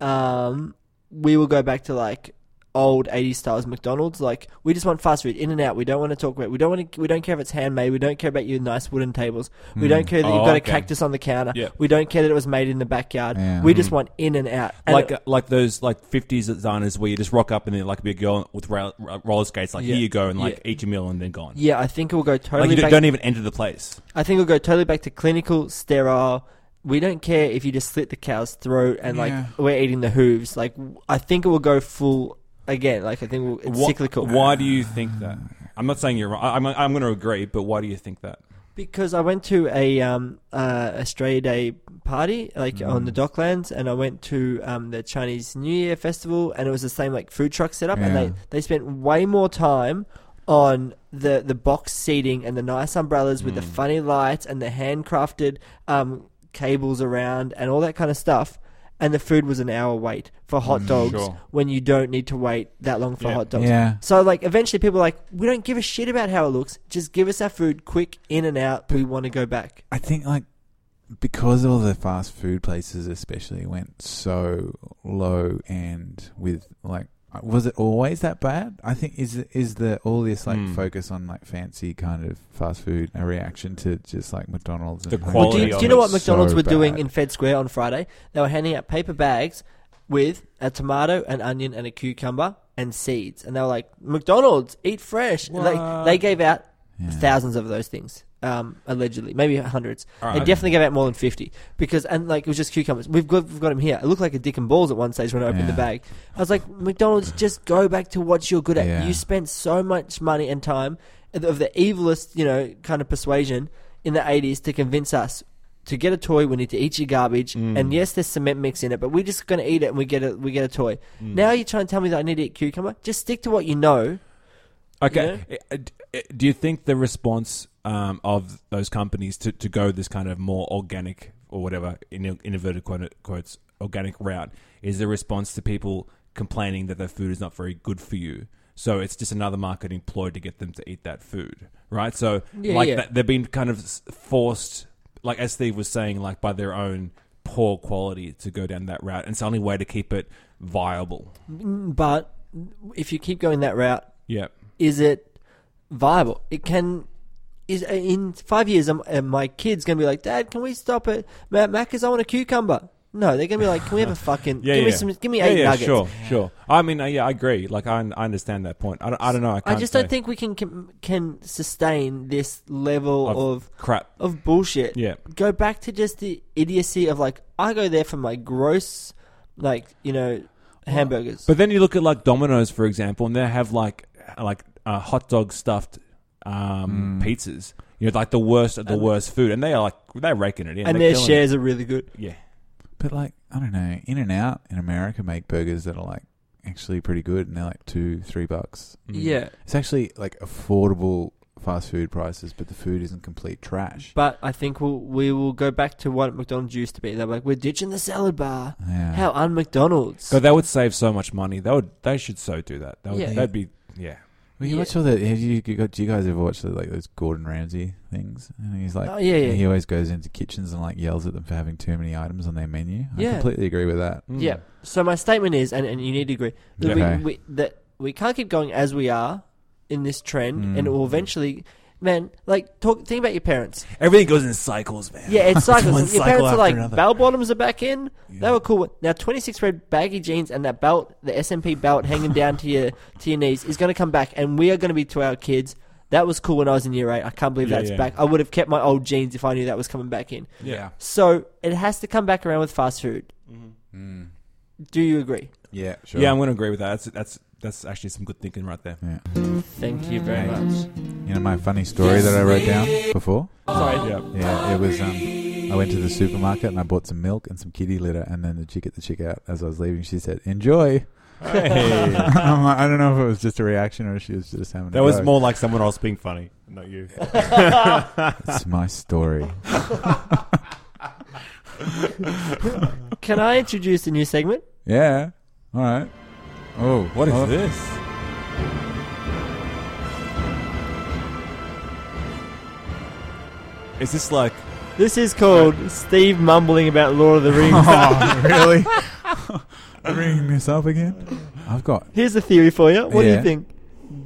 Speaker 1: um, we will go back to like old 80s styles McDonald's. Like, we just want fast food, in and out. We don't want to talk about. We don't want to. We don't care if it's handmade. We don't care about your nice wooden tables. We don't care that
Speaker 5: Oh,
Speaker 1: you've got
Speaker 5: okay.
Speaker 1: a cactus on the counter.
Speaker 5: Yeah.
Speaker 1: We don't care that it was made in the backyard.
Speaker 6: Yeah.
Speaker 1: We just want in and out. And
Speaker 5: like uh, like those like fifties designers where you just rock up and then like be a girl with ra- ra- roller skates. Like
Speaker 1: Yeah.
Speaker 5: here you go and like
Speaker 1: Yeah.
Speaker 5: eat your meal and then gone.
Speaker 1: yeah, I think it will go totally.
Speaker 5: Like you
Speaker 1: back
Speaker 5: don't, don't even enter the place.
Speaker 1: I think we'll go totally back to clinical, sterile. We don't care if you just slit the cow's throat and
Speaker 6: Yeah.
Speaker 1: like we're eating the hooves. Like w- I think it will go full again. Like I think we'll, it's
Speaker 5: Wha-
Speaker 1: cyclical.
Speaker 5: Why do you think that? I'm not saying you're wrong. I- I'm, I'm going to agree, but why do you think that?
Speaker 1: Because I went to a um uh, Australia Day party like on the
Speaker 6: Mm.
Speaker 1: Docklands, and I went to um the Chinese New Year festival, and it was the same like food truck setup, and
Speaker 6: Yeah.
Speaker 1: they they spent way more time on the the box seating and the nice umbrellas with the
Speaker 6: Mm.
Speaker 1: funny lights and the handcrafted um, cables around and all that kind of stuff. And the food was an hour wait for hot dogs
Speaker 5: sure.
Speaker 1: when you don't need to wait that long for hot dogs.
Speaker 6: Mm, Yeah.
Speaker 1: So like eventually people are like, we don't give a shit about how it looks. Just give us our food quick in and out. We want to go back.
Speaker 6: I think like because all the fast food places especially went so low and with like was it always that bad? I think is is the all this like
Speaker 5: Hmm.
Speaker 6: focus on like fancy kind of fast food a reaction to just like McDonald's and
Speaker 5: The
Speaker 6: home
Speaker 5: quality
Speaker 1: Do you,
Speaker 5: of
Speaker 6: cooking
Speaker 1: do you know what
Speaker 6: is
Speaker 1: McDonald's
Speaker 6: so
Speaker 1: were doing
Speaker 6: bad.
Speaker 1: in Fed Square on Friday? They were handing out paper bags with a tomato, an onion, and a cucumber and seeds. And they were like, McDonald's, eat fresh. And They, they gave out
Speaker 6: Yeah.
Speaker 1: thousands of those things. Um, allegedly, maybe hundreds.
Speaker 5: All right,
Speaker 1: they
Speaker 5: okay.
Speaker 1: definitely gave out more than fifty because, and like it was just cucumbers. We've got, we've got them here. It looked like a dick and balls at one stage when I opened the
Speaker 6: Yeah.
Speaker 1: bag. I was like, McDonald's, just go back to what you're good at.
Speaker 6: Yeah.
Speaker 1: You spent so much money and time of the evilest, you know, kind of persuasion in the 80s to convince us to get a toy, we need to eat your garbage. And yes, there's cement mix in it, but we're just going to eat it and we get a, we get a toy. Now you're trying to tell me that I need to eat cucumber? Just stick to what you know.
Speaker 5: Okay. Uh, d- uh, Do you think the response um, of those companies to, to go this kind of more organic or whatever, in in inverted quote, quotes, organic route, is the response to people complaining that their food is not very good for you? So it's just another marketing ploy to get them to eat that food, right? So
Speaker 1: Yeah,
Speaker 5: like
Speaker 1: yeah.
Speaker 5: That, they've been kind of s- forced, like as Steve was saying, like by their own poor quality to go down that route. And it's the only way to keep it viable.
Speaker 1: But if you keep going that route,
Speaker 5: Yeah.
Speaker 1: is it viable? It can. Is in five years, um, uh, my kid's gonna be like, Dad, can we stop it? Matt Maccas, I want a cucumber. No, they're gonna be like, Can we have a fucking?
Speaker 5: Yeah,
Speaker 1: give me
Speaker 5: yeah.
Speaker 1: some. Give me
Speaker 5: Yeah,
Speaker 1: eight
Speaker 5: yeah,
Speaker 1: nuggets.
Speaker 5: sure, sure. I mean, uh, yeah, I agree. Like, I, I understand that point. I don't, I don't know. I,
Speaker 1: I
Speaker 5: can't
Speaker 1: just
Speaker 5: say
Speaker 1: don't think we can, can can sustain this level
Speaker 5: Of-
Speaker 1: of
Speaker 5: crap.
Speaker 1: of bullshit.
Speaker 5: Yeah.
Speaker 1: Go back to just the idiocy of like I go there for my gross like, you know, hamburgers.
Speaker 5: But then you look at like Domino's, for example, and they have like like uh, hot dog stuffed um, pizzas. You know, like the worst of the worst food, and they are like they're raking it in.
Speaker 1: and
Speaker 5: They're
Speaker 1: their
Speaker 5: killing
Speaker 1: shares are really good.
Speaker 5: It. Yeah,
Speaker 6: But like, I don't know, In and Out in America make burgers that are like actually pretty good, and they're like two, three bucks.
Speaker 5: Mm-hmm. Mm.
Speaker 1: Yeah.
Speaker 6: It's actually like affordable fast food prices, but the food isn't complete trash.
Speaker 1: But I think we'll, we will go back to what McDonald's used to be. They're like, we're ditching the salad bar.
Speaker 6: Yeah.
Speaker 1: How un McDonald's.
Speaker 5: God, they would save so much money. They would. They should so do that. That would.
Speaker 1: Yeah.
Speaker 5: That'd be. Yeah.
Speaker 6: Well, you
Speaker 1: Yeah.
Speaker 6: watch all the. Have you, you got? Do you guys ever watch the, like those Gordon Ramsay things? And he's like,
Speaker 1: Oh, yeah, yeah.
Speaker 6: He always goes into kitchens and like yells at them for having too many items on their menu. I
Speaker 1: Yeah.
Speaker 6: completely agree with that.
Speaker 5: Mm.
Speaker 1: Yeah. So my statement is, and, and you need to agree, that,
Speaker 6: Okay.
Speaker 1: we, we, that we can't keep going as we are in this trend, and it will eventually, man, like, talk, think about your parents.
Speaker 5: Everything goes in cycles, man.
Speaker 1: Yeah, it's cycles.
Speaker 6: one
Speaker 1: Your
Speaker 6: cycle
Speaker 1: parents are
Speaker 6: after
Speaker 1: like
Speaker 6: another.
Speaker 1: bell bottoms are back in. They were cool. Now twenty six red baggy jeans and that belt, the SMP belt hanging down to your to your knees is going to come back, and we are going to be to our kids. That was cool when I was in year eight. I can't believe
Speaker 5: Yeah,
Speaker 1: that's
Speaker 5: yeah.
Speaker 1: back. I would have kept my old jeans if I knew that was coming back in.
Speaker 5: Yeah.
Speaker 1: So it has to come back around with fast food. Do you agree?
Speaker 6: Yeah, sure.
Speaker 5: Hmm. Yeah, I'm going to agree with that. That's that's that's actually some good thinking right there.
Speaker 6: yeah.
Speaker 1: Thank you very
Speaker 6: Mm.
Speaker 1: much.
Speaker 6: You know my funny story that I wrote down before.
Speaker 1: Sorry.
Speaker 5: Yeah.
Speaker 6: Yeah, it was. Um, I went to the supermarket and I bought some milk and some kitty litter, and then the chick at the checkout, as I was leaving, she said, "Enjoy." I'm like, I don't know if it was just a reaction or she was just having. a
Speaker 8: That was
Speaker 6: go.
Speaker 8: more like someone else being funny, not you.
Speaker 6: It's my story.
Speaker 1: Can I introduce a new segment?
Speaker 6: Yeah. All right. Oh,
Speaker 5: What is
Speaker 6: oh,
Speaker 5: this? Is this like
Speaker 1: This is called Steve mumbling about Lord of the Rings.
Speaker 6: Oh, really? Bringing this up again? I've got
Speaker 1: Here's a theory for you. What do
Speaker 6: Yeah.
Speaker 1: you think?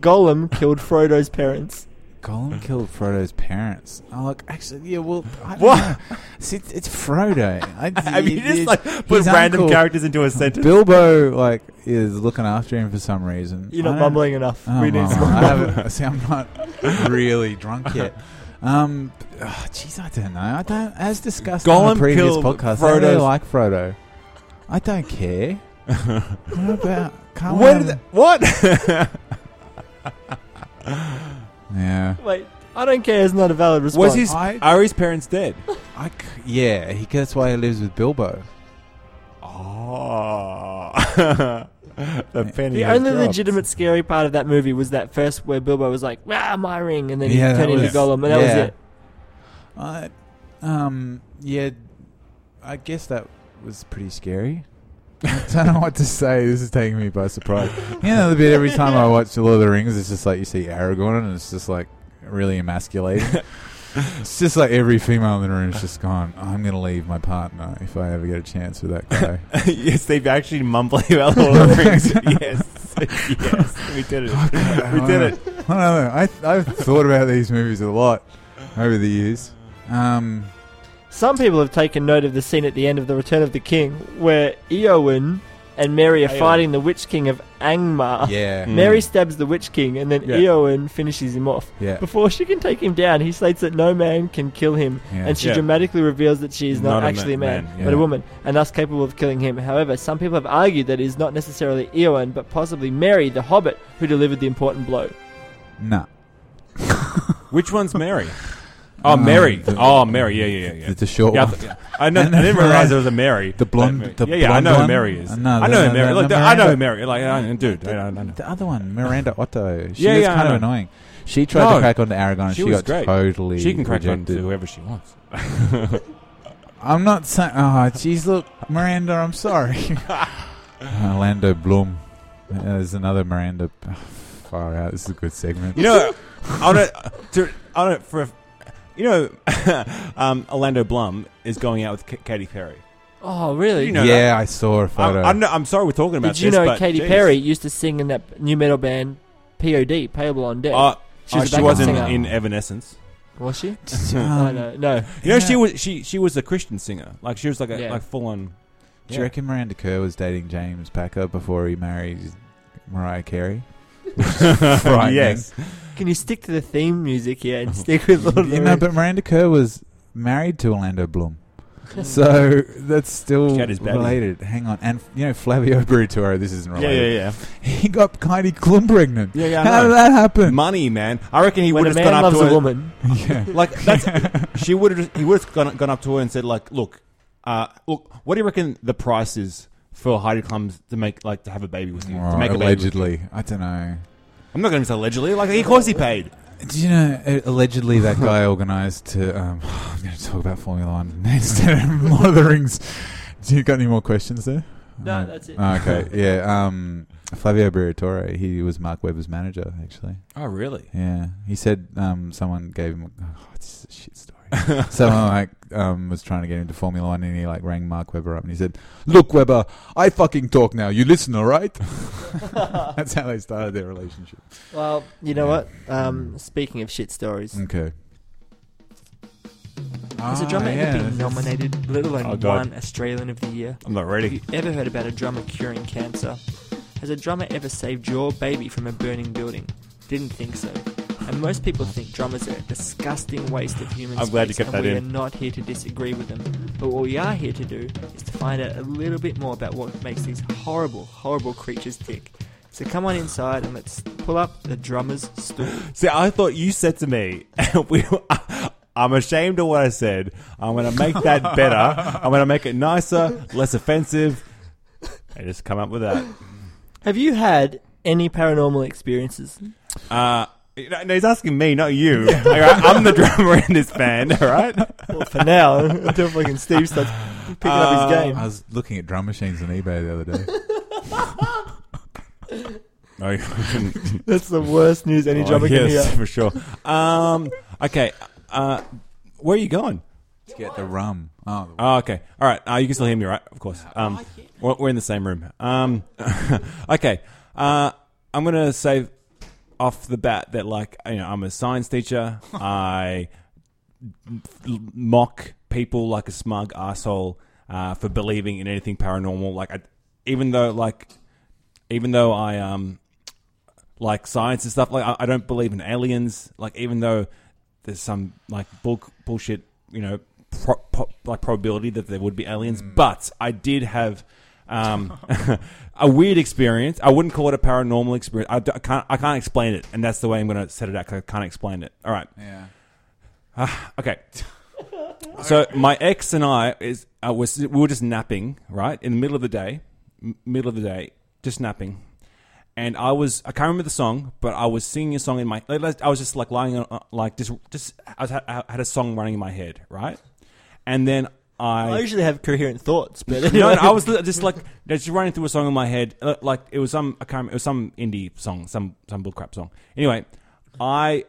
Speaker 1: Gollum killed Frodo's parents.
Speaker 6: Gollum killed Frodo's parents. Oh, look, actually, yeah, well, I what? See, it's, it's Frodo. I,
Speaker 8: I mean, you just
Speaker 6: it's-
Speaker 8: like put
Speaker 6: his
Speaker 8: random
Speaker 6: uncle,
Speaker 8: characters into a sentence.
Speaker 6: Bilbo, like, is looking after him for some reason.
Speaker 1: You're
Speaker 6: I
Speaker 1: not
Speaker 6: don't-
Speaker 1: mumbling enough.
Speaker 6: Oh,
Speaker 1: we need
Speaker 6: well,
Speaker 1: some.
Speaker 6: I haven't, see, I'm not really drunk yet. Um, oh, jeez, I don't know. I don't. As discussed on
Speaker 5: Gollum
Speaker 6: the previous
Speaker 5: killed
Speaker 6: podcast, I really
Speaker 5: Frodo's-
Speaker 6: like Frodo. I don't care. what about? Can't
Speaker 5: what?
Speaker 6: we have-
Speaker 5: Did that, what?
Speaker 6: Yeah.
Speaker 1: Wait, I don't care. It's not a valid response.
Speaker 5: Was his
Speaker 6: I-
Speaker 5: are his parents dead?
Speaker 6: I c-
Speaker 5: Ah.
Speaker 6: yeah, he, that's why he lives with Bilbo.
Speaker 8: Oh. The penny.
Speaker 1: The
Speaker 8: has
Speaker 1: only
Speaker 8: dropped.
Speaker 1: legitimate scary part of that movie was that first where Bilbo was like, "Ah, my ring," and then
Speaker 6: Yeah,
Speaker 1: he
Speaker 6: that
Speaker 1: turned into
Speaker 6: was-
Speaker 1: Gollum, and that
Speaker 6: yeah.
Speaker 1: was it.
Speaker 6: I, um, yeah, I guess that was pretty scary. I don't know what to say. This is taking me by surprise. You know, the bit every time I watch Lord of the Rings, it's just like you see Aragorn, and it's just like really emasculating. it's just like every female in the room is just gone. I'm gonna leave my partner if I ever get a chance with that guy.
Speaker 8: yes, they've actually mumbling about Lord of the Rings. yes, yes, we did it. We did it.
Speaker 6: I don't know. I I've thought about these movies a lot over the years. Um,
Speaker 1: Some people have taken note of the scene at the end of The Return of the King where Eowyn and Mary are
Speaker 8: Eowyn.
Speaker 1: fighting the Witch King of Angmar.
Speaker 6: yeah,
Speaker 8: Mm.
Speaker 1: Mary stabs the Witch King, and then
Speaker 6: Yeah.
Speaker 1: Eowyn finishes him off.
Speaker 6: yeah,
Speaker 1: Before she can take him down, he states that no man can kill him,
Speaker 6: Yeah.
Speaker 1: and she
Speaker 8: Yeah.
Speaker 1: dramatically reveals that she is not,
Speaker 8: Not a ma-
Speaker 1: actually a man,
Speaker 8: man,
Speaker 1: but
Speaker 6: yeah.
Speaker 1: a woman, and thus capable of killing him. However, some people have argued that it is not necessarily Eowyn, but possibly Mary, the hobbit, who delivered the important blow.
Speaker 6: nah.
Speaker 5: Which one's Mary? Oh,
Speaker 6: Um,
Speaker 5: Mary.
Speaker 6: the-
Speaker 5: Oh, Mary. Yeah, yeah, yeah, yeah.
Speaker 6: It's a short
Speaker 5: Yeah, I
Speaker 6: one.
Speaker 5: th- I, know, I
Speaker 6: And the
Speaker 5: didn't realize
Speaker 6: blonde-
Speaker 5: there was a Mary.
Speaker 6: the blonde-
Speaker 5: Mary.
Speaker 6: the
Speaker 5: yeah, yeah.
Speaker 6: blonde
Speaker 5: I know who
Speaker 6: one?
Speaker 5: Mary is.
Speaker 6: No,
Speaker 5: I
Speaker 6: no,
Speaker 5: know who
Speaker 6: no,
Speaker 5: Mary.
Speaker 6: no,
Speaker 5: Look,
Speaker 6: no,
Speaker 5: I know
Speaker 6: Miranda.
Speaker 5: who Mary. Like, I, dude, I, I know.
Speaker 6: The other one, Miranda Otto. She
Speaker 5: Yeah,
Speaker 6: was
Speaker 5: yeah, I
Speaker 6: kind of
Speaker 5: know.
Speaker 6: annoying. She tried
Speaker 5: No,
Speaker 6: to crack onto Aragon and
Speaker 5: she
Speaker 6: she,
Speaker 5: was
Speaker 6: got
Speaker 5: great.
Speaker 6: totally
Speaker 5: She can crack on
Speaker 6: rejected.
Speaker 5: to whoever she wants.
Speaker 6: I'm not saying. Oh, jeez, look, Miranda, I'm sorry. uh, Lando Bloom. Uh, There's another Miranda. Far out. This is a good segment.
Speaker 5: You know, on it, to, on it for, you know, um, Orlando Blum is going out with K- Katy Perry.
Speaker 1: Oh, really?
Speaker 5: You know
Speaker 6: yeah, I saw a
Speaker 5: I'm,
Speaker 6: photo.
Speaker 5: I'm, no- I'm sorry we're talking about
Speaker 1: Did you
Speaker 5: this,
Speaker 1: know
Speaker 5: but
Speaker 1: Katy
Speaker 5: geez.
Speaker 1: Perry used to sing in that new metal band POD, Payable on Deck?
Speaker 5: Uh,
Speaker 1: She was a
Speaker 5: she
Speaker 1: backup
Speaker 5: wasn't
Speaker 1: singer.
Speaker 5: in Evanescence.
Speaker 1: was she?
Speaker 6: Um,
Speaker 1: no, no, no.
Speaker 5: You know, she
Speaker 6: Yeah.
Speaker 5: was she she was a Christian singer. Like she was like a
Speaker 1: Yeah.
Speaker 5: like full on.
Speaker 6: Do you reckon Miranda Kerr was dating James Packer before he married Mariah Carey? Frightening.
Speaker 5: yes.
Speaker 1: Can you stick to the theme music here and stick with Lord of the
Speaker 6: You know,
Speaker 1: Rings?
Speaker 6: but Miranda Kerr was married to Orlando Bloom. So that's still
Speaker 5: She had his baby.
Speaker 6: related. Hang on, and you know Flavio Briatore. This isn't
Speaker 5: Yeah,
Speaker 6: related.
Speaker 5: yeah,
Speaker 6: He got Heidi Klum pregnant.
Speaker 5: yeah, yeah. I
Speaker 6: How
Speaker 5: know.
Speaker 6: did that happen?
Speaker 5: Money, man. I reckon he
Speaker 1: When
Speaker 5: would
Speaker 1: a man
Speaker 5: have gone up
Speaker 1: loves
Speaker 5: to
Speaker 1: a
Speaker 5: her.
Speaker 1: woman,
Speaker 6: yeah.
Speaker 5: Like that's she would have he would have gone, gone up to her and said like, look, uh, look, what do you reckon the price is for Heidi Klum to make like to have a baby with you
Speaker 6: Or
Speaker 5: to make a baby?
Speaker 6: allegedly, I don't know.
Speaker 5: I'm not going to say allegedly. Like of course he paid.
Speaker 6: Do you know? uh, Allegedly, that guy organised to. Um, I'm going to talk about Formula One instead of Lord of the Rings. Do you got any more questions there?
Speaker 1: No,
Speaker 6: Uh,
Speaker 1: that's it.
Speaker 6: oh, okay, yeah. Um, Flavio Briatore. He was Mark Webber's manager, actually.
Speaker 5: Oh really?
Speaker 6: Yeah, he said um, someone gave him. Oh, it's a shit story. someone like um, was trying to get him to Formula One, and he like rang Mark Webber up, and he said, "Look, Webber, I fucking talk now. You listen, all right?"
Speaker 5: Uh,
Speaker 6: That's how they started their relationship.
Speaker 1: well, you know what? Um, speaking of shit stories,
Speaker 6: Okay.
Speaker 9: Has a
Speaker 6: Ah,
Speaker 9: drummer
Speaker 6: yeah,
Speaker 9: ever been
Speaker 6: that's-
Speaker 9: nominated, let alone
Speaker 8: Oh,
Speaker 9: one
Speaker 8: God.
Speaker 9: Australian of the Year?
Speaker 8: I'm not
Speaker 9: Have
Speaker 8: ready.
Speaker 9: you ever heard about a drummer curing cancer? Has a drummer ever saved your baby from a burning building? Didn't think so. And most people think drummers are a disgusting waste of human
Speaker 8: I'm
Speaker 9: space,
Speaker 8: glad you kept
Speaker 9: and
Speaker 8: that
Speaker 9: we
Speaker 8: in.
Speaker 9: are not here to disagree with them. But what we are here to do is to find out a little bit more about what makes these horrible, horrible creatures tick. So come on inside and let's pull up the drummer's stool.
Speaker 8: See, I thought you said to me, we, I'm ashamed of what I said. I'm going to make that better. I'm going to make it nicer, less offensive. I just come up with that.
Speaker 1: have you had any paranormal experiences?
Speaker 8: Uh, no, no, he's asking me, not you. All right, I'm the drummer in this band, all right?
Speaker 1: Well, for now, until fucking Steve starts picking
Speaker 5: Uh,
Speaker 1: up his
Speaker 6: I
Speaker 1: game.
Speaker 6: was looking at drum machines on eBay the other day.
Speaker 5: No, you couldn't.
Speaker 1: That's the worst news any
Speaker 5: Oh,
Speaker 1: drummer can
Speaker 5: yes,
Speaker 1: hear.
Speaker 5: for sure. Um, okay. Uh, where are you going?
Speaker 6: Let's get the rum. Oh,
Speaker 5: Oh, okay. All right. Uh, you can still hear me, right? Of course. Um, we're, we're in the same room. Um, okay. Uh, I'm gonna say off the bat that like you know I'm a science teacher. I l- mock people like a smug asshole uh, for believing in anything paranormal. Like I, even though like even though I um like science and stuff like I, I don't believe in aliens. Like even though there's some like bull, bullshit, you know, pro, po, like probability that there would be aliens. But I did have um, a weird experience. I wouldn't call it a paranormal experience. I, d- I can't. I can't explain it, and that's the way I'm going to set it out. 'cause I can't explain it. All right.
Speaker 6: yeah.
Speaker 5: Okay. So my ex and I is uh, was we were just napping right in the middle of the day, m- middle of the day, just napping. And I was I can't remember the song, but I was singing a song in my like, I was just like lying on uh, like just just I, was, I had a song running in my head, right? And then
Speaker 1: I usually have coherent thoughts, but anyway.
Speaker 5: no, no, I was li- just like just running through a song in my head. uh, Like it was some I can't remember, it was some indie song, some some bullcrap song. Anyway, I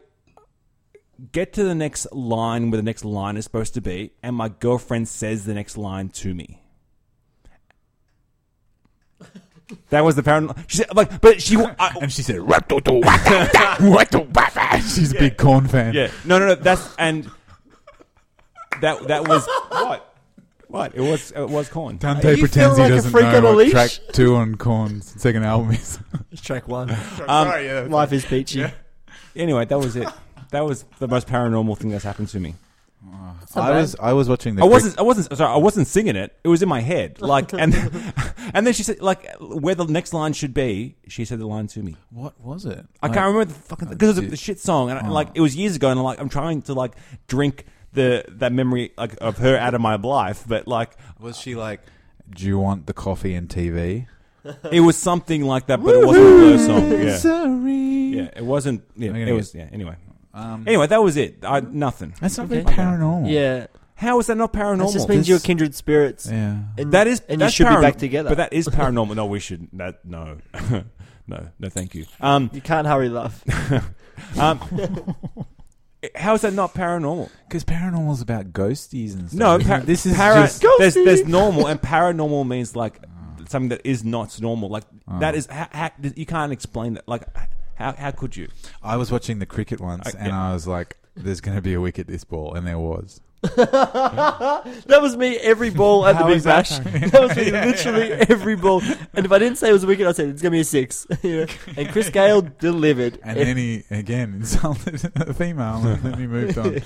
Speaker 5: get to the next line where the next line is supposed to be, and my girlfriend says the next line to me. That was the paranormal. She said, like, but she. I,
Speaker 6: And she said, "Rat-do-do, wat-da-da, wat-do-wa-da." She's a big corn fan.
Speaker 5: yeah, no, no, no. That's and that that was what what it was it was corn.
Speaker 6: Dante
Speaker 1: You feel
Speaker 6: pretends he
Speaker 1: like a
Speaker 6: doesn't
Speaker 1: freak on
Speaker 6: know
Speaker 1: a
Speaker 6: what
Speaker 1: leash.
Speaker 6: track two on Corn's second album is.
Speaker 1: Track one.
Speaker 6: Sorry, yeah.
Speaker 1: Life is peachy.
Speaker 5: Anyway, that was it. That was the most paranormal thing that's happened to me.
Speaker 6: I was I was watching the
Speaker 5: I wasn't. I wasn't. Sorry, I wasn't singing it. It was in my head. Like, and and then she said, like, where the next line should be. She said the line to me.
Speaker 6: What was it?
Speaker 5: I
Speaker 6: Like-
Speaker 5: can't remember the fucking because it was a
Speaker 6: dude. Oh.
Speaker 5: shit song, and I, like it was years ago, and I'm like I'm trying to like drink the that memory like of her out of my life, but like
Speaker 6: Was she like, "Do you want the coffee and TV?"
Speaker 5: it was something like that, but it wasn't her song. Yeah,
Speaker 6: Sorry.
Speaker 5: yeah, it wasn't. Yeah,
Speaker 6: I'm gonna
Speaker 5: it
Speaker 6: get-
Speaker 5: was. Yeah, anyway.
Speaker 6: Um,
Speaker 5: Anyway, that was it. I, nothing.
Speaker 6: that's not very
Speaker 1: Okay.
Speaker 6: paranormal.
Speaker 1: Yeah,
Speaker 5: How is that not
Speaker 1: that
Speaker 5: paranormal?
Speaker 1: just means
Speaker 6: This-
Speaker 1: you're kindred spirits.
Speaker 6: Yeah.
Speaker 1: And,
Speaker 5: That is,
Speaker 1: and you
Speaker 5: that's
Speaker 1: should
Speaker 5: paran-
Speaker 1: be back together.
Speaker 5: But that is paranormal. no, we shouldn't. That no, no, no. Thank you. Um,
Speaker 1: you can't hurry love.
Speaker 5: um, how is that not paranormal?
Speaker 6: Because paranormal is about ghosties and stuff.
Speaker 5: No, par-
Speaker 6: this is
Speaker 5: para-
Speaker 6: just.
Speaker 5: there's there's normal and paranormal means like something that is not normal. Like
Speaker 6: Oh.
Speaker 1: Mm.
Speaker 5: that is ha- ha- you can't explain that. Like how how could you?
Speaker 6: I was watching the cricket once,
Speaker 5: Okay.
Speaker 6: and I was like, "There's going to be a wicket this ball," and there was.
Speaker 1: That was me every ball at the Big Bash. That, was me literally every ball. And if I didn't say it was a wicket, I said it's gonna be a six. You know? And Chris Gale delivered.
Speaker 6: And then he again insulted a female, and then he moved on.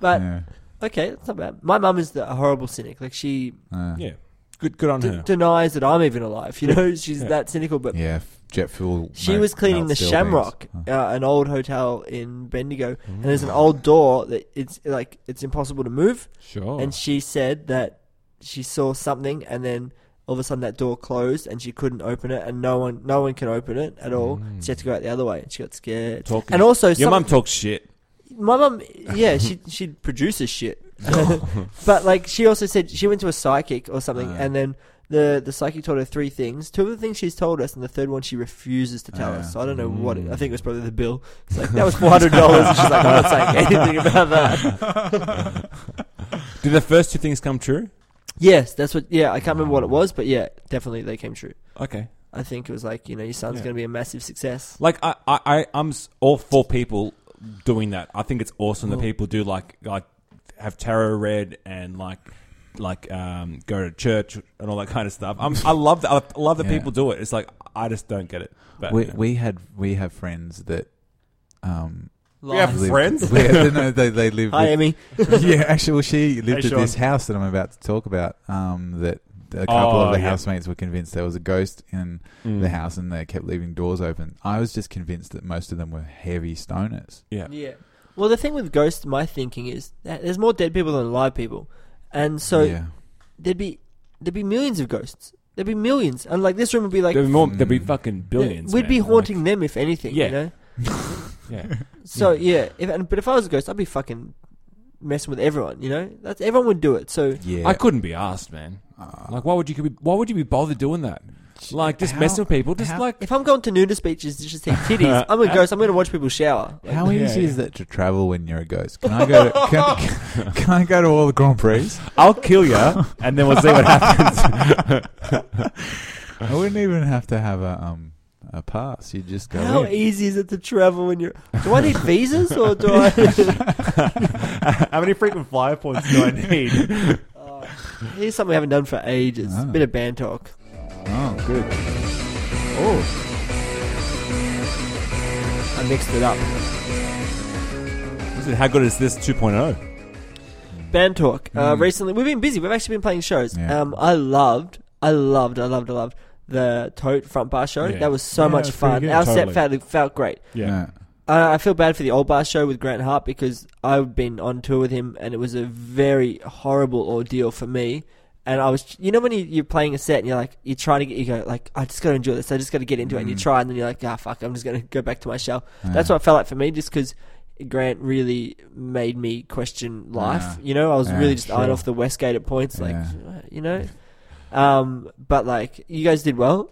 Speaker 1: but
Speaker 6: yeah.
Speaker 1: okay, that's not bad. My mum is the, a horrible cynic. Like she
Speaker 6: Uh,
Speaker 5: Oh, Yeah, good good on
Speaker 1: d-
Speaker 5: her.
Speaker 1: denies that I'm even alive. You know, she's that cynical. But
Speaker 6: yeah, f- jet fuel.
Speaker 1: She
Speaker 6: melt-
Speaker 1: was cleaning
Speaker 6: melts
Speaker 1: the
Speaker 6: buildings.
Speaker 1: Shamrock,
Speaker 6: Uh,
Speaker 1: uh, an old hotel in Bendigo, and there's
Speaker 5: Mm.
Speaker 1: an old door that it's like it's impossible to move.
Speaker 5: sure.
Speaker 1: And she said that she saw something, and then all of a sudden that door closed, and she couldn't open it, and no one, no one can open it at all. So she had to go out the other way, and she got scared.
Speaker 5: Talking-
Speaker 1: And also,
Speaker 5: Mm. Your
Speaker 1: some-
Speaker 5: mum talks shit.
Speaker 1: my mum, yeah, she she produces shit, but like she also said she went to a psychic or something, and then the the psychic told her three things. Two of the things she's told us, and the third one she refuses to tell us. So I don't know what. It, I think it was probably the bill. It's like that was four hundred dollars. She's like, I'm not saying anything about that.
Speaker 5: Did the first two things come true?
Speaker 1: Yes, that's what. Yeah, I can't remember what it was, but yeah, definitely they came true.
Speaker 5: Okay.
Speaker 1: I think it was like you know your son's
Speaker 5: Yeah.
Speaker 1: going to be a massive success.
Speaker 5: Like I, I, I I'm s- all for people doing that. I think it's awesome
Speaker 1: Mm.
Speaker 5: that people do like like have tarot read and like like um go to church and all that kind of stuff. I'm, I love that. I love that
Speaker 6: Yeah.
Speaker 5: people do it. It's like I just don't get it. But
Speaker 6: we
Speaker 5: yeah.
Speaker 6: we had we have friends that um
Speaker 5: We have
Speaker 6: lived-
Speaker 5: friends.
Speaker 6: we had- no, they they live.
Speaker 1: Hi, Emmy.
Speaker 6: yeah, actually, well, she lived
Speaker 5: Hey,
Speaker 6: at this house that I'm about to talk about. Um, that a couple
Speaker 5: Oh,
Speaker 6: of the
Speaker 5: yeah.
Speaker 6: housemates were convinced there was a ghost in the
Speaker 5: Mm.
Speaker 6: house, and they kept leaving doors open. I was just convinced that most of them were heavy stoners.
Speaker 5: yeah.
Speaker 1: Yeah. Well, the thing with ghosts, my thinking is that there's more dead people than alive people, and so
Speaker 6: yeah,
Speaker 1: there'd be there'd be millions of ghosts. There'd be millions, and like this room would be like
Speaker 5: There'd be more. There'd
Speaker 1: Mm.
Speaker 5: be fucking billions.
Speaker 1: We'd
Speaker 5: man.
Speaker 1: be
Speaker 5: Like,
Speaker 1: haunting them if anything.
Speaker 5: Yeah.
Speaker 1: You know.
Speaker 5: yeah.
Speaker 1: So yeah. If, and, but if I was a ghost, I'd be fucking messing with everyone. You know. That's everyone would do it. So
Speaker 6: yeah. Uh,
Speaker 5: I couldn't be asked, man. like, why would you? could be- Why would you be bothered doing that? Like, just
Speaker 6: how-
Speaker 5: messing with people. Just
Speaker 6: how-
Speaker 5: like
Speaker 1: if I'm going to nudist beaches to just take titties, I'm a ghost. I'm going to watch people shower. Like,
Speaker 6: How easy is that to travel when you're a ghost? Can I go? To, can, can I go to all the Grand Prix?
Speaker 5: I'll kill you, and then we'll see what happens.
Speaker 6: I wouldn't even have to have a um a pass. You just go.
Speaker 1: how e-
Speaker 6: in.
Speaker 1: easy is it to travel when you're? Do I need visas or do I?
Speaker 5: How many frequent flyer points do I need?
Speaker 1: Here's something we haven't done for ages.
Speaker 5: Ah.
Speaker 1: A bit of band talk.
Speaker 6: Oh, good.
Speaker 1: I mixed it up.
Speaker 5: This is- How good is this oh? 2.0?
Speaker 1: Band Talk.
Speaker 5: Mm.
Speaker 1: Uh, recently, we've been busy. We've actually been playing shows.
Speaker 6: Yeah.
Speaker 1: Um, I loved, I loved, I loved, I loved the Tote Front Bar show.
Speaker 5: Yeah.
Speaker 1: That was so
Speaker 5: Yeah,
Speaker 1: much
Speaker 5: it was pretty
Speaker 1: fun.
Speaker 5: good.
Speaker 1: Our
Speaker 5: Totally.
Speaker 1: set felt, felt great.
Speaker 6: Yeah.
Speaker 1: Uh, I feel bad for the old bar show with Grant Hart because I've been on tour with him and it was a very horrible ordeal for me. And I was, you know, when you, you're playing a set and you're like, you're trying to get, you go like, I just got to enjoy this. I just got to get into it.
Speaker 5: Mm.
Speaker 1: And you try, and then you're like, ah, fuck, I'm just going to go back to my shell. That's what it felt like for me, just because Grant really made me question life.
Speaker 6: Yeah.
Speaker 1: You know, I was
Speaker 6: Yeah,
Speaker 1: really just eyed
Speaker 6: sure.
Speaker 1: off the Westgate at points, like, uh,
Speaker 6: Yeah.
Speaker 1: you know. Um, but like, you guys did well.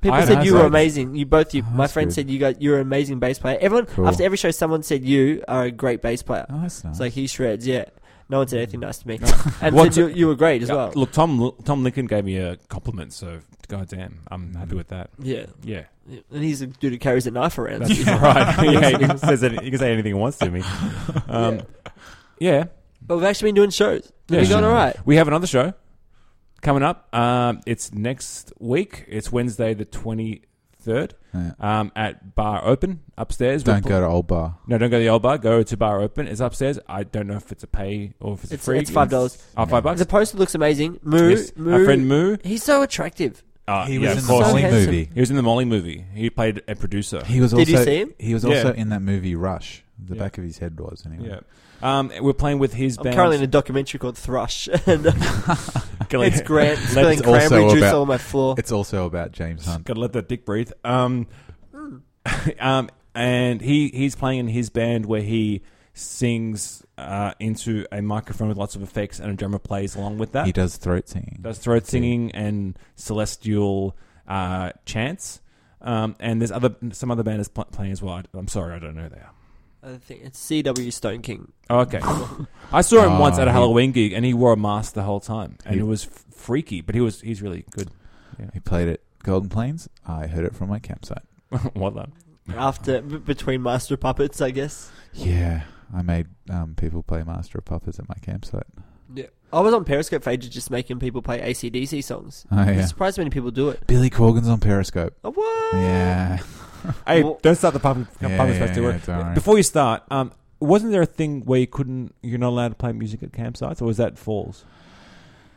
Speaker 1: People
Speaker 6: I-
Speaker 1: said
Speaker 6: I
Speaker 1: you were
Speaker 6: liked-
Speaker 1: amazing. You both, you,
Speaker 6: Oh,
Speaker 1: my
Speaker 6: that's
Speaker 1: friend
Speaker 6: good.
Speaker 1: said you guys, you're an amazing bass player. Everyone
Speaker 6: Cool.
Speaker 1: after every show, someone said you are a great bass player.
Speaker 6: Oh, that's nice.
Speaker 1: It's like he shreds, yeah. No one said anything nice to me, and
Speaker 5: What's-
Speaker 1: said you, you were great as
Speaker 5: Yeah,
Speaker 1: well.
Speaker 5: Look, Tom Tom Lincoln gave me a compliment, so goddamn, I'm happy with that.
Speaker 1: Yeah,
Speaker 5: Yeah,
Speaker 1: and he's a dude who carries a knife around.
Speaker 5: that's right. yeah, he, says any- he can say anything he wants to me. Um,
Speaker 1: Yeah.
Speaker 5: yeah.
Speaker 1: But we've actually been doing shows.
Speaker 5: Yeah,
Speaker 1: We've done
Speaker 5: sure.
Speaker 1: all right.
Speaker 5: We have another show coming up. Um, it's next week. It's Wednesday the twenty third.
Speaker 6: Oh, Yeah.
Speaker 5: Um, at Bar Open upstairs. We're
Speaker 6: Don't
Speaker 5: pl-
Speaker 6: go to old bar.
Speaker 5: No, don't go to the old bar. Go to Bar Open. It's upstairs. I don't know if it's a pay or if it's,
Speaker 1: It's-
Speaker 5: free.
Speaker 1: it's $5.
Speaker 5: Oh, five bucks.
Speaker 1: The poster looks amazing. Moo,
Speaker 5: Yes.
Speaker 1: Moo,
Speaker 5: Our friend Moo.
Speaker 1: he's so attractive.
Speaker 5: Uh,
Speaker 6: He was
Speaker 5: yeah,
Speaker 6: in
Speaker 5: of
Speaker 6: the
Speaker 5: course.
Speaker 1: Molly
Speaker 6: Molly
Speaker 1: handsome.
Speaker 6: movie.
Speaker 1: movie.
Speaker 5: He was in the Molly movie. He played a producer.
Speaker 6: He was also.
Speaker 1: Did you see him?
Speaker 6: He was
Speaker 5: Yeah.
Speaker 6: also in that movie Rush. The
Speaker 5: Yeah.
Speaker 6: back of his head was anyway.
Speaker 5: Yeah. Um, we're playing with his
Speaker 1: I'm
Speaker 5: band.
Speaker 1: currently in a documentary called Thrush, and uh,
Speaker 5: Gotta
Speaker 1: it's
Speaker 5: let-
Speaker 1: Grant
Speaker 5: let-
Speaker 1: spilling
Speaker 6: also
Speaker 1: cranberry juice
Speaker 6: about-
Speaker 1: all on my floor.
Speaker 6: It's also about James Hunt.
Speaker 5: Gotta let that dick breathe. Um, um, and he he's playing in his band where he sings uh, into a microphone with lots of effects, and a drummer plays along with that.
Speaker 6: He does throat singing.
Speaker 5: does throat singing and celestial uh, chants. Um, and there's other some other band is pl- playing as well. I- I'm sorry, I don't know they are.
Speaker 1: I think it's C.W. Stone King.
Speaker 5: Oh, okay, I saw him
Speaker 6: Ah,
Speaker 5: once at a
Speaker 6: he-
Speaker 5: Halloween gig, and he wore a mask the whole time, and
Speaker 6: He-
Speaker 5: it was f- freaky. But he was he's really good.
Speaker 6: He played at Golden Plains. I heard it from my campsite.
Speaker 5: well done.
Speaker 1: After b- between Master of Puppets, I guess.
Speaker 6: Yeah, I made um, people play Master of Puppets at my campsite.
Speaker 1: Yeah. I was on Periscope for ages, just making people play ACDC songs.
Speaker 6: Oh yeah,
Speaker 1: I'm surprised how many people do it.
Speaker 6: Billy Corgan's on Periscope.
Speaker 1: Oh, what?
Speaker 6: Yeah,
Speaker 5: Hey,
Speaker 1: Well-
Speaker 5: don't start the puppet,
Speaker 6: Yeah,
Speaker 5: puppet
Speaker 6: yeah,
Speaker 5: festival.
Speaker 6: yeah, don't worry.
Speaker 5: Before you start, um, wasn't there a thing where you couldn't, you're not allowed to play music at campsites, or was that false?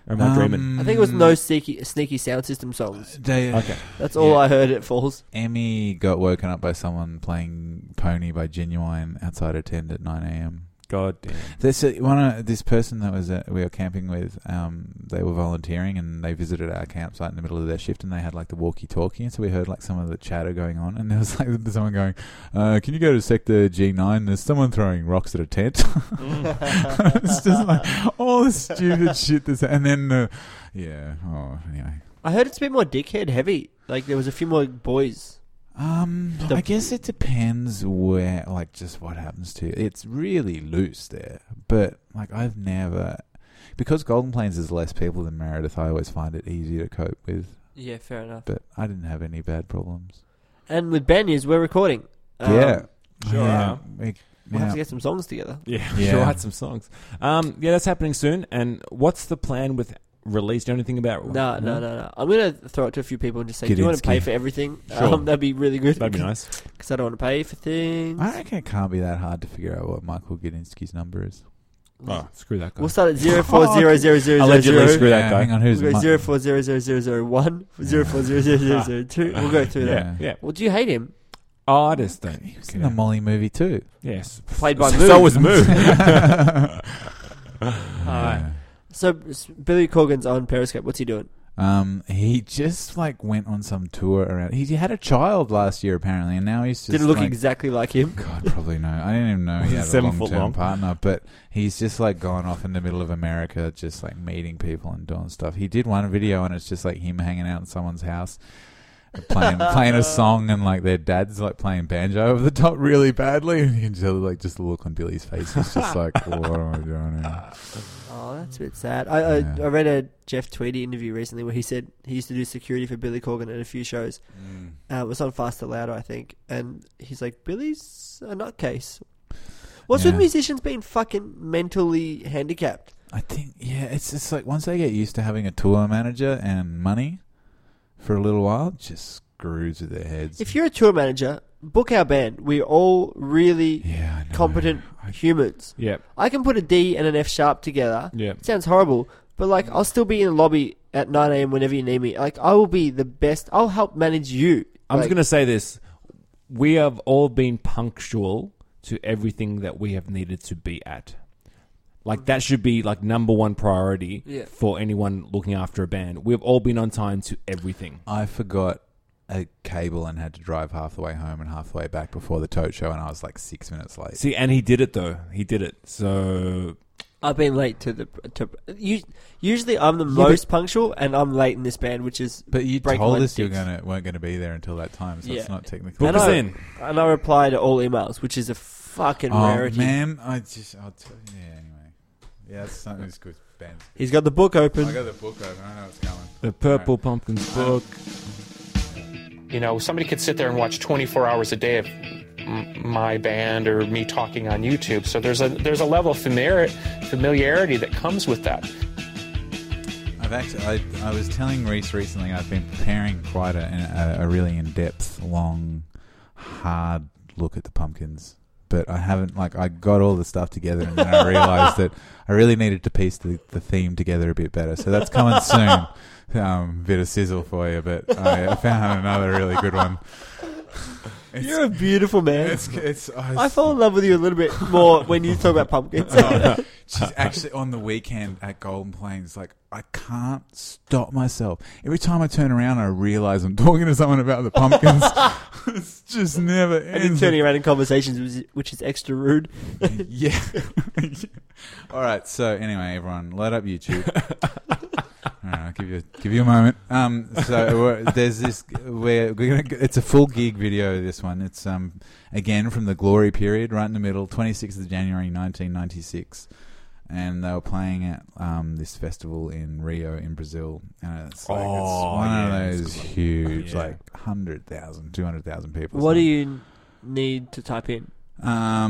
Speaker 5: Or am I dreaming?
Speaker 6: Um,
Speaker 1: I think it was
Speaker 6: Mm.
Speaker 1: no sneaky, sneaky sound system songs.
Speaker 6: They,
Speaker 5: Okay,
Speaker 1: That's all
Speaker 6: Yeah.
Speaker 1: I heard. It falls.
Speaker 6: Emmy got woken up by someone playing Pony by Genuine outside her tent at 9 a.m.
Speaker 5: god damn.
Speaker 6: This uh, one, uh, this person that was uh, we were camping with, um, they were volunteering and they visited our campsite in the middle of their shift, and they had like the walkie-talkie, and so we heard like some of the chatter going on, and there was like someone going, uh, "Can you go to sector G nine? There's someone throwing rocks at a tent." it's just like all the stupid shit. This and then, uh, yeah. Oh, anyway.
Speaker 1: I heard it's a bit more dickhead heavy. Like there was a few more boys.
Speaker 6: Um,
Speaker 1: The-
Speaker 6: I guess it depends where, like, just what happens to you. It's really loose there, but like, I've never because Golden Plains is less people than Meredith. I always find it easier to cope with,
Speaker 1: Yeah, fair enough.
Speaker 6: but I didn't have any bad problems.
Speaker 1: And with band news, we're recording. Um,
Speaker 6: yeah,
Speaker 5: sure
Speaker 6: Yeah,
Speaker 5: are.
Speaker 6: we,
Speaker 1: We'll have
Speaker 6: yeah.
Speaker 1: to get some songs together.
Speaker 5: Yeah,
Speaker 6: Yeah.
Speaker 5: sure had some songs. Um, yeah, that's happening soon. And what's the plan with release? Do you know anything about
Speaker 1: No, no, no, no. I'm gonna throw it to a few people and just say,
Speaker 6: Get
Speaker 1: "Do you
Speaker 6: in,
Speaker 1: want to pay
Speaker 6: Ski.
Speaker 1: for everything?"
Speaker 5: Sure.
Speaker 1: Um, that'd be really good.
Speaker 5: That'd be nice.
Speaker 1: Because I don't want to pay for things.
Speaker 6: I reckon it can't be that hard to figure out what Michael Gidinski's number is.
Speaker 5: Oh, screw that guy.
Speaker 1: We'll start at zero four zero zero zero
Speaker 5: Allegedly
Speaker 1: zero.
Speaker 5: screw that
Speaker 6: Yeah,
Speaker 5: guy.
Speaker 6: Hang on, who's
Speaker 1: We'll go
Speaker 6: Mi-
Speaker 1: zero four zero zero zero zero one, zero four zero zero zero zero two. We'll go through that.
Speaker 5: Yeah, yeah.
Speaker 1: Well, do you hate him?
Speaker 5: Oh, I just don't.
Speaker 6: He was in the Molly movie too.
Speaker 5: Yes.
Speaker 1: Played by Moo.
Speaker 5: So was Moo.
Speaker 1: Alright. So s- Billy Corgan's on Periscope. What's he doing?
Speaker 6: Um, he just like went on some tour around. He had a child last year apparently, and now he's just
Speaker 1: Did it look
Speaker 6: like,
Speaker 1: exactly like him?
Speaker 6: God, probably no. I didn't even know he had a
Speaker 5: Seven
Speaker 6: long
Speaker 5: foot
Speaker 6: term
Speaker 5: long.
Speaker 6: partner, but he's just like gone off in the middle of America, just like meeting people and doing stuff. He did one video, and it's just like him hanging out in someone's house. Playing, playing a song and like their dad's like playing banjo over the top really badly, and you can tell like just the look on Billy's face. It's just like, what am I doing? Here?
Speaker 1: Oh, that's a bit sad. I,
Speaker 6: Yeah.
Speaker 1: I I read a Jeff Tweedy interview recently where he said he used to do security for Billy Corgan at a few shows.
Speaker 5: Mm.
Speaker 1: Uh, it was on Faster Louder, I think, and he's like, "Billy's a nutcase." What's with
Speaker 6: Yeah.
Speaker 1: musicians being fucking mentally handicapped?
Speaker 6: I think yeah, it's just like once they get used to having a tour manager and money for a little while, it just screws with their heads.
Speaker 1: If you're a tour manager, book our band. We're all really
Speaker 6: yeah, I know.
Speaker 1: competent
Speaker 6: I-
Speaker 1: humans.
Speaker 5: yeah,
Speaker 1: I can put a D and an F sharp together.
Speaker 5: yeah.
Speaker 1: It sounds horrible, but like I'll still be in the lobby at 9 a.m. whenever you need me. Like I will be the best. I'll help manage you.
Speaker 5: I'm
Speaker 1: Like,
Speaker 5: just going to say this. We have all been punctual to everything that we have needed to be at.
Speaker 8: Like that should be like number one priority
Speaker 1: Yeah.
Speaker 8: for anyone looking after a band. We've all been on time to everything.
Speaker 6: I forgot a cable and had to drive half the way home and half the way back before the tote show, and I was like six minutes late.
Speaker 8: See, and he did it though. He did it. So
Speaker 1: I've been late to the to you. Usually, I'm the most punctual, and I'm late in this band, which is.
Speaker 6: But you
Speaker 1: break
Speaker 6: told
Speaker 1: my
Speaker 6: us you were
Speaker 1: dicks.
Speaker 6: gonna weren't gonna be there until that time, so
Speaker 1: Yeah.
Speaker 6: it's not technically.
Speaker 8: book
Speaker 1: and
Speaker 8: us
Speaker 1: I,
Speaker 8: in.
Speaker 1: and I reply to all emails, which is a fucking
Speaker 6: oh,
Speaker 1: rarity.
Speaker 6: man, I just I'll tell you. Yeah, anyway, yeah, that's something that's good. Bands.
Speaker 1: He's got the book
Speaker 6: I
Speaker 1: open.
Speaker 6: got the book open. I know it's going.
Speaker 8: The Purple Pumpkins book.
Speaker 10: You know, somebody could sit there and watch 24 hours a day of m- my band or me talking on YouTube. So there's a there's a level of familiar, familiarity that comes with that.
Speaker 6: I've actually, I, I was telling Reese recently, I've been preparing quite a, a, a really in depth, long, hard look at the pumpkins. But I haven't, like, I got all the stuff together and then I realized that I really needed to piece the, the theme together a bit better. So that's coming soon. Um, bit of sizzle for you, but I, I found another really good one. It's,
Speaker 1: You're a beautiful man.
Speaker 6: it's, it's, oh, it's-
Speaker 1: I fell in love with you a little bit more when you talk about pumpkins.
Speaker 6: Oh, she's actually on the weekend at Golden Plains. Like, I can't stop myself. Every time I turn around, I realize I'm talking to someone about the pumpkins. it's just never
Speaker 1: and then
Speaker 6: ends.
Speaker 1: turning around in conversations, which is- which is extra rude.
Speaker 6: yeah. All right. So anyway, everyone, load up YouTube. All right, I'll give you give you a moment. Um, so we're, there's this. We're, we're gonna. It's a full gig video. This one. It's um again from the glory period, right in the middle, 26th of January, 1996. And they were playing at um, this festival in Rio, in Brazil, and it's like
Speaker 8: Oh,
Speaker 6: it's one
Speaker 8: yeah,
Speaker 6: of
Speaker 8: it's
Speaker 6: those huge,
Speaker 8: Yeah.
Speaker 6: like 100,000, 200,000 people.
Speaker 1: What do you need to type in?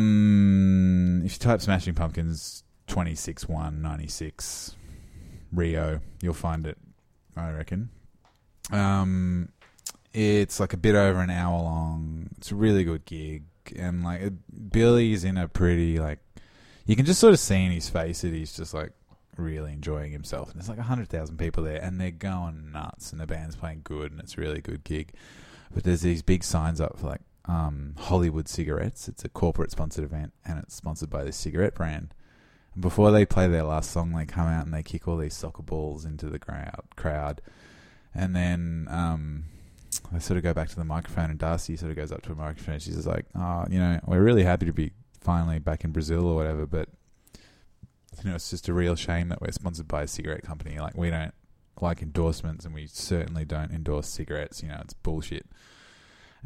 Speaker 6: Um, if you type "Smashing Pumpkins" twenty six one ninety six Rio, you'll find it. I reckon. Um, it's like a bit over an hour long. It's a really good gig, and like it- Billy's in a pretty like you can just sort of see in his face that he's just like really enjoying himself. And there's like hundred thousand people there, and they're going nuts, and the band's playing good, and it's a really good gig. But there's these big signs up for like um, Hollywood cigarettes. It's a corporate sponsored event, and it's sponsored by this cigarette brand. And before they play their last song, they come out and they kick all these soccer balls into the crowd. Crowd, and then um, I sort of go back to the microphone, and Darcy sort of goes up to a microphone. And she's just like, "Oh, you know, we're really happy to be finally back in Brazil or whatever, but you know, it's just a real shame that we're sponsored by a cigarette company. Like, we don't like endorsements, and we certainly don't endorse cigarettes. You know, it's bullshit."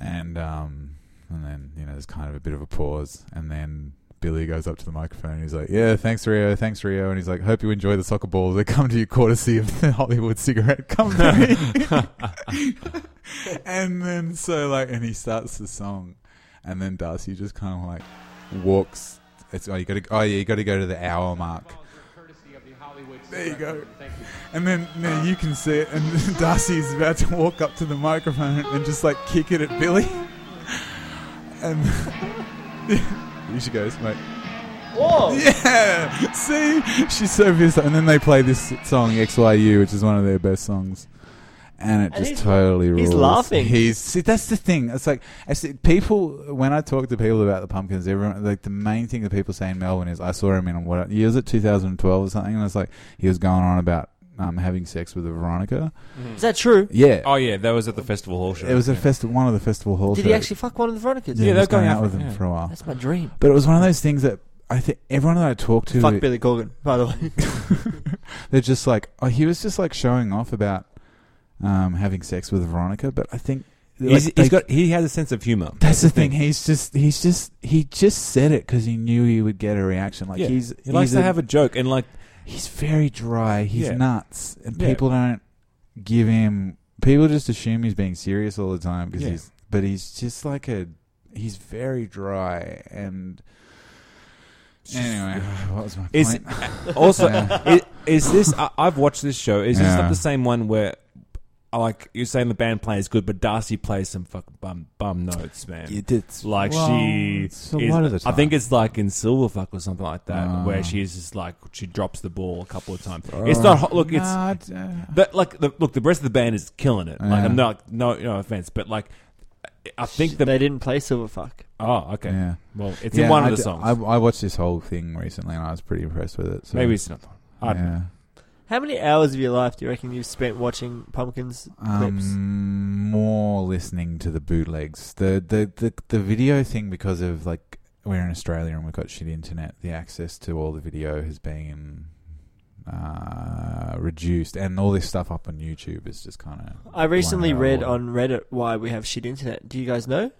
Speaker 6: And um, and then you know, there's kind of a bit of a pause, and then Billy goes up to the microphone and he's like, "Yeah, thanks Rio, thanks Rio," and he's like, "Hope you enjoy the soccer balls. They come to you courtesy of the Hollywood cigarette company." and then so like, and he starts the song, and then Darcy just kind of like walks. It's oh you got to oh yeah you got to go to the hour mark. There you go. And then now you can see it, and Darcy is about to walk up to the microphone and just like kick it at Billy. And here she goes, mate.
Speaker 1: Whoa!
Speaker 6: Yeah, see, she's so pissed. off. And then they play this song XYU, which is one of their best songs, and it
Speaker 1: And
Speaker 6: just
Speaker 1: he's-
Speaker 6: totally rules.
Speaker 1: he's laughing.
Speaker 6: He's see, that's the thing. It's like I see, people when I talk to people about the pumpkins, everyone like the main thing that people say in Melbourne is I saw him in what year was it, 2012 or something, and it's like he was going on about um, having sex with a Veronica.
Speaker 1: Is that true?
Speaker 6: Yeah,
Speaker 8: Oh yeah, that was at the festival hall show.
Speaker 6: it was a festi- one of the festival halls.
Speaker 1: Did he actually fuck one of the Veronicas?
Speaker 8: Yeah,
Speaker 6: Yeah, he
Speaker 8: they're
Speaker 6: was going
Speaker 8: going
Speaker 6: out
Speaker 8: out
Speaker 6: with
Speaker 8: for-
Speaker 6: them
Speaker 8: yeah.
Speaker 6: for a while.
Speaker 1: That's my dream.
Speaker 6: But it was one of those things that I think everyone that I talked to
Speaker 1: Fuck Billy Corgan, by the way.
Speaker 6: they're just like oh he was just like showing off about um, having sex with Veronica, but I think
Speaker 8: He's-
Speaker 6: like,
Speaker 8: he's
Speaker 6: they-
Speaker 8: got he has a sense of humor.
Speaker 6: that's the thing. He's just he's just he just said it because he knew he would get a reaction. Like
Speaker 8: Yeah.
Speaker 6: he's
Speaker 8: He likes
Speaker 6: he's
Speaker 8: to have a joke and like
Speaker 6: he's very dry. He's
Speaker 8: Yeah.
Speaker 6: nuts, and
Speaker 8: Yeah.
Speaker 6: people don't give him. People just assume he's being serious all the time because
Speaker 8: Yeah.
Speaker 6: he's. But he's just like a. He's very dry and. Anyway, what was my point? Uh,
Speaker 8: Is- also
Speaker 6: Yeah.
Speaker 8: i- is, this I, I've watched this show. Is this
Speaker 6: Yeah.
Speaker 8: not the same one where I like you're saying the band plays good, but Darcy plays some fucking bum bum notes, man.
Speaker 6: It- it's-
Speaker 8: Like
Speaker 6: well,
Speaker 8: she
Speaker 6: it's a
Speaker 8: is-
Speaker 6: lot of the time.
Speaker 8: I think it's like in Silverfuck or something like that,
Speaker 6: Ah.
Speaker 8: where she's just like she drops the ball a couple of times.
Speaker 6: Oh.
Speaker 8: it's not ho- look, it's
Speaker 6: Nah, d- uh,
Speaker 8: But like, the, look, the rest of the band is killing it. Like,
Speaker 6: Yeah.
Speaker 8: I'm not no no offense, but like,
Speaker 5: I think the
Speaker 1: they didn't play Silverfuck.
Speaker 5: oh okay.
Speaker 6: Yeah.
Speaker 5: Well, it's
Speaker 6: Yeah,
Speaker 5: in one
Speaker 6: I
Speaker 5: of
Speaker 6: d-
Speaker 5: the songs.
Speaker 6: I, I watched this whole thing recently and I was pretty impressed with it. So,
Speaker 5: Maybe it's another one. I don't know.
Speaker 6: yeah.
Speaker 1: How many hours of your life do you reckon you've spent watching Pumpkins clips?
Speaker 6: Um, more listening to the bootlegs. The, the the the video thing because of like we're in Australia and we've got shit internet. The access to all the video has been uh, reduced, and all this stuff up on YouTube is just kind of.
Speaker 1: I recently read on Reddit why we have shit internet. Do you guys know?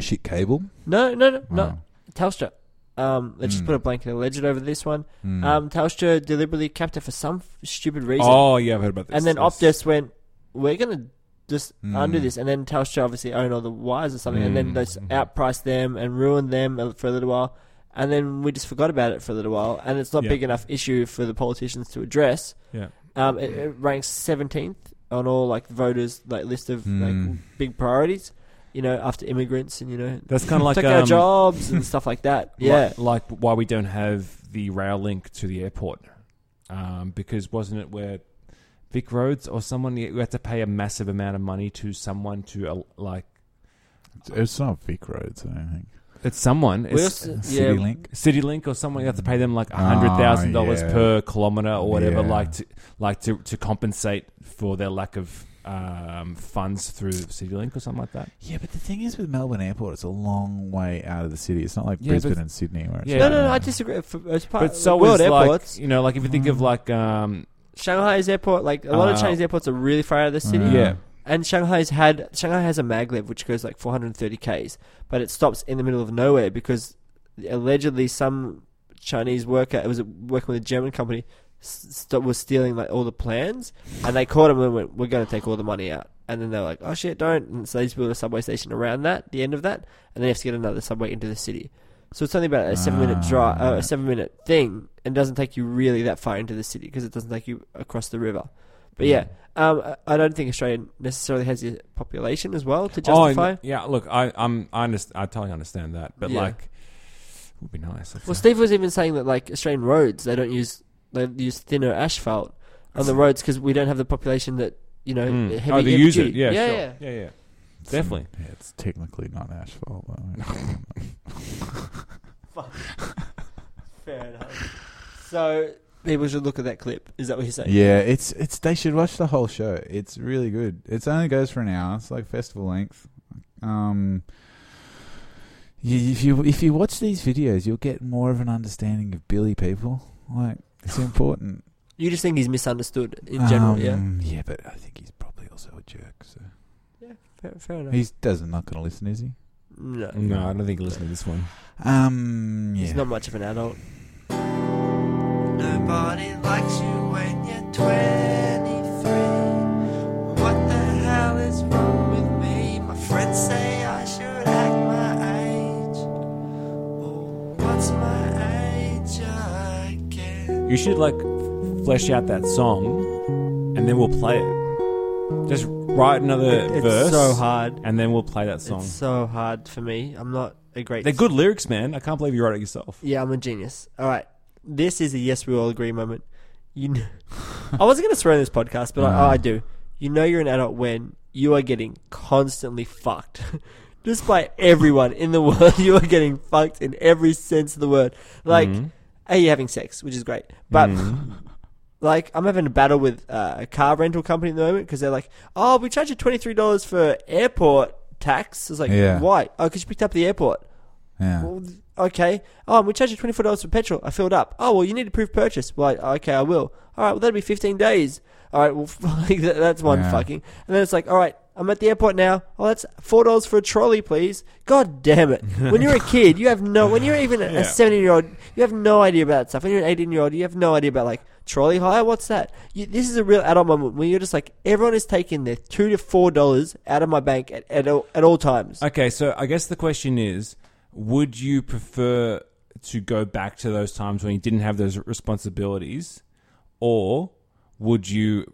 Speaker 6: shit cable.
Speaker 1: No, no, no, no.
Speaker 6: Wow.
Speaker 1: Telstra. Um, let's just
Speaker 6: Mm.
Speaker 1: put a blanket alleged over this one.
Speaker 6: Mm.
Speaker 1: Um, Telstra deliberately kept it for some f- stupid reason,
Speaker 5: Oh yeah, I've heard about this. Hmm.
Speaker 1: and then
Speaker 5: Yes.
Speaker 1: Optus went, "We're gonna just
Speaker 6: Mm.
Speaker 1: undo this." And then Telstra obviously owned all the wires or something, and then
Speaker 6: Mm.
Speaker 1: they s-
Speaker 5: Hmm.
Speaker 1: outpriced them and ruined them a- for a little while. And then we just forgot about it for a little while, and it's not
Speaker 5: Yeah.
Speaker 1: big enough issue for the politicians to address.
Speaker 5: Yeah.
Speaker 1: Um, it, it ranks seventeenth on all like voters like list of
Speaker 6: Mm.
Speaker 5: Hmm.
Speaker 1: like big priorities. You know, after immigrants and you know
Speaker 5: That's kind of like
Speaker 1: took
Speaker 5: um,
Speaker 1: our jobs and stuff like that.
Speaker 5: li-
Speaker 1: Yeah.
Speaker 5: like why we don't have the rail link to the airport, um, because wasn't it where Vic Roads or someone you had to pay a massive amount of money to someone to uh, like
Speaker 6: It's- It's not Vic Roads, I don't think.
Speaker 5: it's someone
Speaker 1: We
Speaker 5: it's
Speaker 1: also- yeah,
Speaker 6: City Link.
Speaker 5: CityLink or someone you have to pay them like
Speaker 6: Ah,
Speaker 5: hundred thousand dollars
Speaker 6: yeah.
Speaker 5: per kilometer or whatever,
Speaker 6: Yeah.
Speaker 5: like to like to, to compensate for their lack of um, funds through CityLink or something like that.
Speaker 6: Yeah, but the thing is with Melbourne Airport, it's a long way out of the city. It's not like
Speaker 5: Yeah, but-
Speaker 6: Brisbane and Sydney where it's
Speaker 5: Yeah.
Speaker 1: No, no, no. I
Speaker 6: like-
Speaker 1: disagree. For, as part,
Speaker 5: But so
Speaker 1: world
Speaker 5: is
Speaker 1: airports,
Speaker 5: like you know, like if you
Speaker 6: Mm.
Speaker 5: think of like um,
Speaker 1: Shanghai's airport, like a lot of
Speaker 5: Uh,
Speaker 1: Chinese airports are really far out of the city.
Speaker 5: yeah,
Speaker 6: Ah,
Speaker 1: And Shanghai's had Shanghai has a maglev which goes like 430 k's, but it stops in the middle of nowhere because allegedly some Chinese worker it was working with a German company s- st- was stealing like all the plans, and they caught him and went, "We're going to take all the money out." And then they're like, "Oh shit, don't!" And so they just built a subway station around that, the end of that, and then you have to get another subway into the city. So it's only about a seven-minute drive, uh, a seven-minute thing, and doesn't take you really that far into the city because it doesn't take you across the river. But yeah,
Speaker 5: Mm.
Speaker 1: um, I- I don't think Australia necessarily has the population as well to
Speaker 5: Oh,
Speaker 1: justify.
Speaker 5: and- yeah, look, I, I'm, I, underst- I totally understand that, but
Speaker 1: Yeah.
Speaker 5: like, it would be nice. if-
Speaker 1: well, Steve was even saying that like Australian roads, they don't use they use thinner asphalt on the roads because we don't have the population that you know.
Speaker 5: Mm.
Speaker 1: Heavy
Speaker 5: oh, they
Speaker 1: heavy
Speaker 5: use it.
Speaker 1: duty.
Speaker 5: Yeah,
Speaker 1: yeah,
Speaker 5: sure.
Speaker 1: yeah.
Speaker 5: yeah, yeah. Definitely.
Speaker 6: Yeah, it's technically not asphalt. But
Speaker 1: Fair enough. So people should look at that clip. Is that what you're saying?
Speaker 6: yeah, it's it's. They should watch the whole show. It's really good. It only goes for an hour. It's like festival length. Um, you, if you if you watch these videos, you'll get more of an understanding of Billy people. Like it's important
Speaker 1: You just think he's misunderstood in general. yeah.
Speaker 6: Um, yeah, but I think he's probably also a jerk. So
Speaker 1: Fair, fair enough.
Speaker 6: he's doesn't not going to listen, is he?
Speaker 1: no,
Speaker 5: No, I don't think you listen to this one.
Speaker 6: Um, yeah.
Speaker 1: he's not much of an adult.
Speaker 11: Nobody likes you when you're 23. What the hell is wrong with me? My friends say I should act my age. Oh, what's my age again?
Speaker 5: You should like f- flesh out that song, and then we'll play it. Just write another
Speaker 1: It's
Speaker 5: verse,
Speaker 1: so hard.
Speaker 5: and then we'll play that song.
Speaker 1: It's so hard for me. I'm not a great.
Speaker 5: They're good lyrics, man. I can't believe you wrote it yourself.
Speaker 1: Yeah, I'm a genius. All right, this is a yes, we all agree moment. You, know, I wasn't going to swear in this podcast, but I, I do. You know you're an adult when you are getting constantly fucked, just by everyone in the world. You are getting fucked in every sense of the word. Like, hey, you're having sex, which is great, but. Like I'm having a battle with uh, a car rental company at the moment because they're like, "Oh, we charge you twenty three dollars for airport tax." It's like,
Speaker 6: Yeah.
Speaker 1: why? Oh, because you picked up the airport.
Speaker 6: yeah.
Speaker 1: Well, th- okay. Oh, and we charge you twenty four dollars for petrol. I filled up. Oh, well, you need to prove purchase. Well, I- okay, I will. All right, well, that'll be fifteen days. All right, well, like, that- that's one
Speaker 6: Yeah.
Speaker 1: fucking. And then it's like, all right, I'm at the airport now. Oh, that's four dollars for a trolley, please. God damn it! When you're a kid, you have no. When you're even a seventeen year old, you have no idea about that stuff. When you're an eighteen year old, you have no idea about like trolley hire. What's that? You, this is a real adult moment when you're just like, everyone is taking their two to four dollars out of my bank at at all, at all times.
Speaker 5: Okay, so I guess the question is, would you prefer to go back to those times when you didn't have those responsibilities, or would you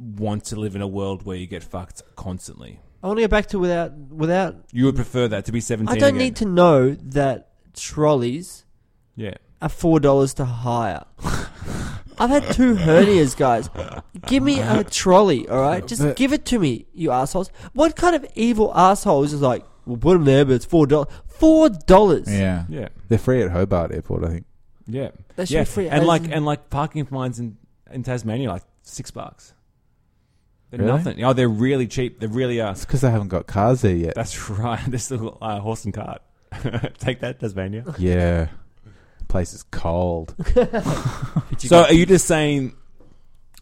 Speaker 5: want to live in a world where you get fucked constantly?
Speaker 1: I want to go back to without without
Speaker 5: You would prefer that to be seventeen.
Speaker 1: I don't
Speaker 5: again.
Speaker 1: need to know that trolleys
Speaker 5: Yeah.
Speaker 1: are four dollars to hire. I've had two hernias, guys. Give me a trolley, all right? Just
Speaker 6: But-
Speaker 1: give it to me, you assholes. What kind of evil asshole is just like, we'll put them there, but it's four dollars. Four dollars.
Speaker 6: Yeah.
Speaker 5: Yeah.
Speaker 6: They're free at Hobart Airport, I think.
Speaker 5: Yeah,
Speaker 1: They should
Speaker 5: yeah.
Speaker 1: be free
Speaker 5: and
Speaker 1: as-
Speaker 5: like and like parking fines in in Tasmania, like six bucks. They're
Speaker 6: Really?
Speaker 5: nothing. Oh, they're really cheap. They really are.
Speaker 6: It's because they haven't got cars there yet.
Speaker 5: That's right. This little uh, horse and cart. Take that, Tasmania.
Speaker 6: yeah. Place is cold.
Speaker 5: So, are you just saying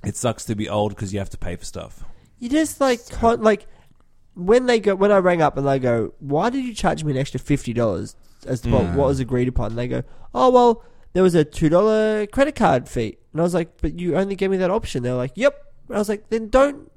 Speaker 5: it sucks to be old because you have to pay for stuff?
Speaker 1: You just like con- like when they go when I rang up and they go, "Why did you charge me an extra fifty dollars as to
Speaker 5: Mm.
Speaker 1: what, what was agreed upon?" And they go, "Oh well, there was a two dollar credit card fee," and I was like, "But you only gave me that option." They were like, "Yep." And I was like, "Then don't."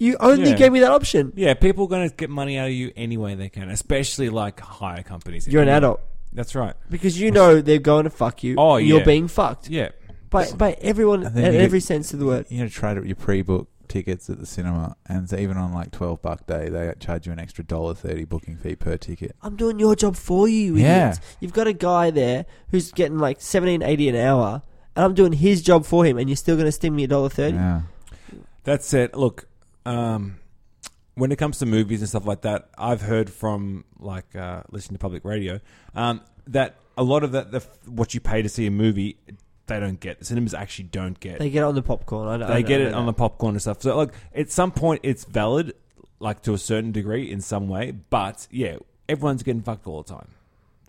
Speaker 1: You only
Speaker 5: Yeah.
Speaker 1: gave me that option.
Speaker 5: Yeah, people are going to get money out of you any way they can, especially like hire companies.
Speaker 1: You're an adult
Speaker 5: That's right.
Speaker 1: because you know they're going to fuck you.
Speaker 5: Oh,
Speaker 1: you're
Speaker 5: yeah.
Speaker 1: being fucked
Speaker 5: Yeah.
Speaker 1: by by everyone
Speaker 6: And
Speaker 1: in
Speaker 6: then you get-
Speaker 1: every sense of the word.
Speaker 6: You know, try to your pre-book tickets at the cinema, and so even on like twelve buck day, they charge you an extra dollar thirty booking fee per ticket.
Speaker 1: I'm doing your job for you.
Speaker 6: Yeah.
Speaker 1: Idiots. You've got a guy there who's getting like seventeen eighty an hour, and I'm doing his job for him, and you're still going to sting me a dollar thirty.
Speaker 6: Yeah,
Speaker 5: That's it. Look, um, when it comes to movies and stuff like that, I've heard from like uh, listening to public radio um, that a lot of that, the, what you pay to see a movie, they don't get. The cinemas actually don't get.
Speaker 1: They get it on the popcorn. I don't,
Speaker 5: they
Speaker 1: I
Speaker 5: get
Speaker 1: don't
Speaker 5: it
Speaker 1: know
Speaker 5: on the popcorn and stuff. So like at some point it's valid, like to a certain degree in some way. But yeah, everyone's getting fucked all the time.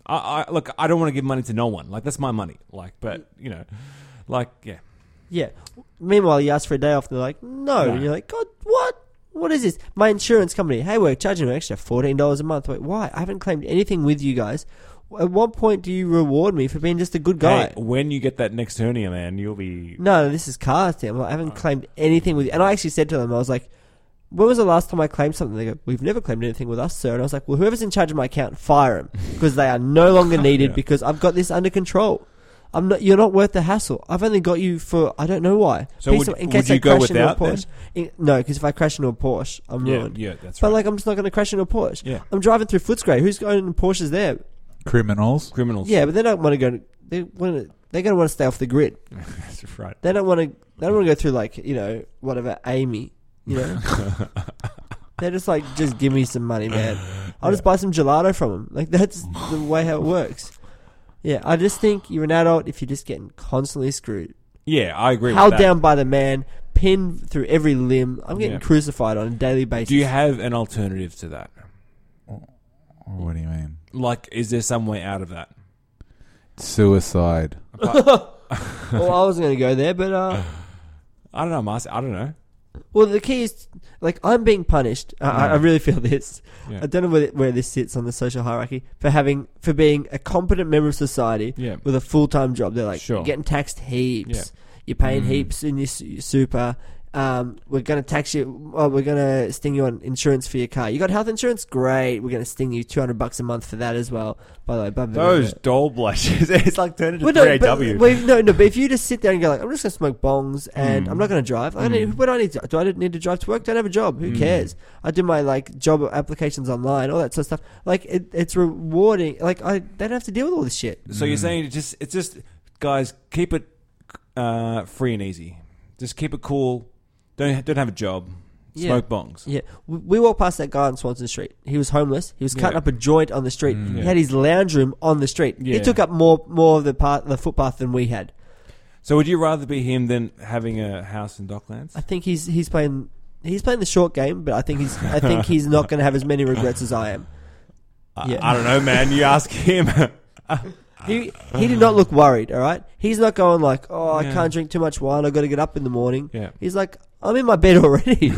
Speaker 5: I, I look, I don't want to give money to no one. Like that's my money. Like, but you know, like yeah,
Speaker 1: that. Yeah. Meanwhile, you ask for a day off, and they're like, "No,"
Speaker 5: No.
Speaker 1: and you're like, "God, what? What is this?" My insurance company. Hey, we're charging an extra fourteen dollars a month. Wait, why? I haven't claimed anything with you guys. At what point do you reward me for being just a good guy?
Speaker 5: Hey, when you get that next hernia, man, you'll be
Speaker 1: No, this is cars, damn. I haven't
Speaker 5: Oh.
Speaker 1: claimed anything with you. And I actually said to them, I was like, when was the last time I claimed something? They go, we've never claimed anything with us, sir. And I was like, well, whoever's in charge of my account, fire him because they are no longer needed because I've got this under control. I'm not. You're not worth the hassle. I've only got you for I don't know why.
Speaker 5: So
Speaker 1: Please
Speaker 5: would-
Speaker 1: don't- in case
Speaker 5: would you
Speaker 1: I
Speaker 5: go
Speaker 1: crash into a
Speaker 5: without then?
Speaker 1: Porsche, in- no, because if I crash into a Porsche, I'm
Speaker 5: yeah,
Speaker 1: ruined.
Speaker 5: yeah, that's
Speaker 1: but
Speaker 5: right.
Speaker 1: like, I'm just not going to crash into a Porsche.
Speaker 5: Yeah.
Speaker 1: I'm driving through Footscray. Who's going in Porsches there?
Speaker 6: criminals.
Speaker 5: criminals.
Speaker 1: Yeah, but they don't want to go. They want to. They're going to want to stay off the grid.
Speaker 5: that's right.
Speaker 1: They don't want to. They don't want to go through like you know whatever Amy. You know, they're just like, just give me some money, man. I'll just buy some gelato from them. Like that's the way how it works. Yeah, I just think you're an adult if you're just getting constantly screwed,
Speaker 5: Yeah, I agree.
Speaker 1: held
Speaker 5: with that.
Speaker 1: down by the man, pinned through every limb. I'm getting
Speaker 5: Yeah.
Speaker 1: crucified on a daily basis.
Speaker 5: Do you have an alternative to that?
Speaker 6: Oh, what do you mean?
Speaker 5: Like, is there some way out of that?
Speaker 6: Suicide.
Speaker 1: well, I wasn't going to go there, but uh,
Speaker 5: I don't know, Mas. I don't know.
Speaker 1: well, the key is like I'm being punished. I, I- I really feel this.
Speaker 5: Yeah.
Speaker 1: I don't know where, where this sits on the social hierarchy for having for being a competent member of society
Speaker 5: Yeah.
Speaker 1: with a full time job. They're like
Speaker 5: Sure.
Speaker 1: you're getting taxed heaps.
Speaker 5: Yeah. Mm.
Speaker 1: You're paying heaps in your, su- your super. Um, we're gonna tax you. Oh, we're gonna sting you on insurance for your car. You got health insurance? Great. We're gonna sting you two hundred bucks a month for that as well. By the way, blah, blah, blah,
Speaker 8: Those doll blushes. it's like turning to
Speaker 1: well, no,
Speaker 8: 3AW.
Speaker 1: but, well, no, no, but if you just sit there and go like, I'm just gonna smoke bongs and I'm not
Speaker 5: Hmm.
Speaker 1: gonna drive. I don't, what do I need? To, do I need to drive to work? Don't have a job.
Speaker 5: Hmm.
Speaker 1: Who cares? I do my like job applications online, all that sort of stuff. Like it, it's rewarding. Like I, they don't have to deal with all this shit.
Speaker 5: So you're saying it's just it's just guys keep it uh, free and easy. Just keep it cool. Don't don't have a job.
Speaker 1: Yeah.
Speaker 5: Smoke bongs.
Speaker 1: Yeah, we, we walked past that guy on Swanson Street. He was homeless. He was cutting up a joint on the street. He had his lounge room on the street.
Speaker 5: Hmm. Yeah.
Speaker 1: He took up more more of the part the footpath than we had.
Speaker 5: So would you rather be him than having a house in Docklands?
Speaker 1: I think he's he's playing he's playing the short game, but I think he's I think he's not going to have as many regrets as I am. Yeah.
Speaker 5: I don't know, man. You ask him.
Speaker 1: He he did not look worried. All right, he's not going like, oh, I
Speaker 5: Yeah.
Speaker 1: can't drink too much wine. I got to get up in the morning.
Speaker 5: Yeah.
Speaker 1: he's like, I'm in my bed already.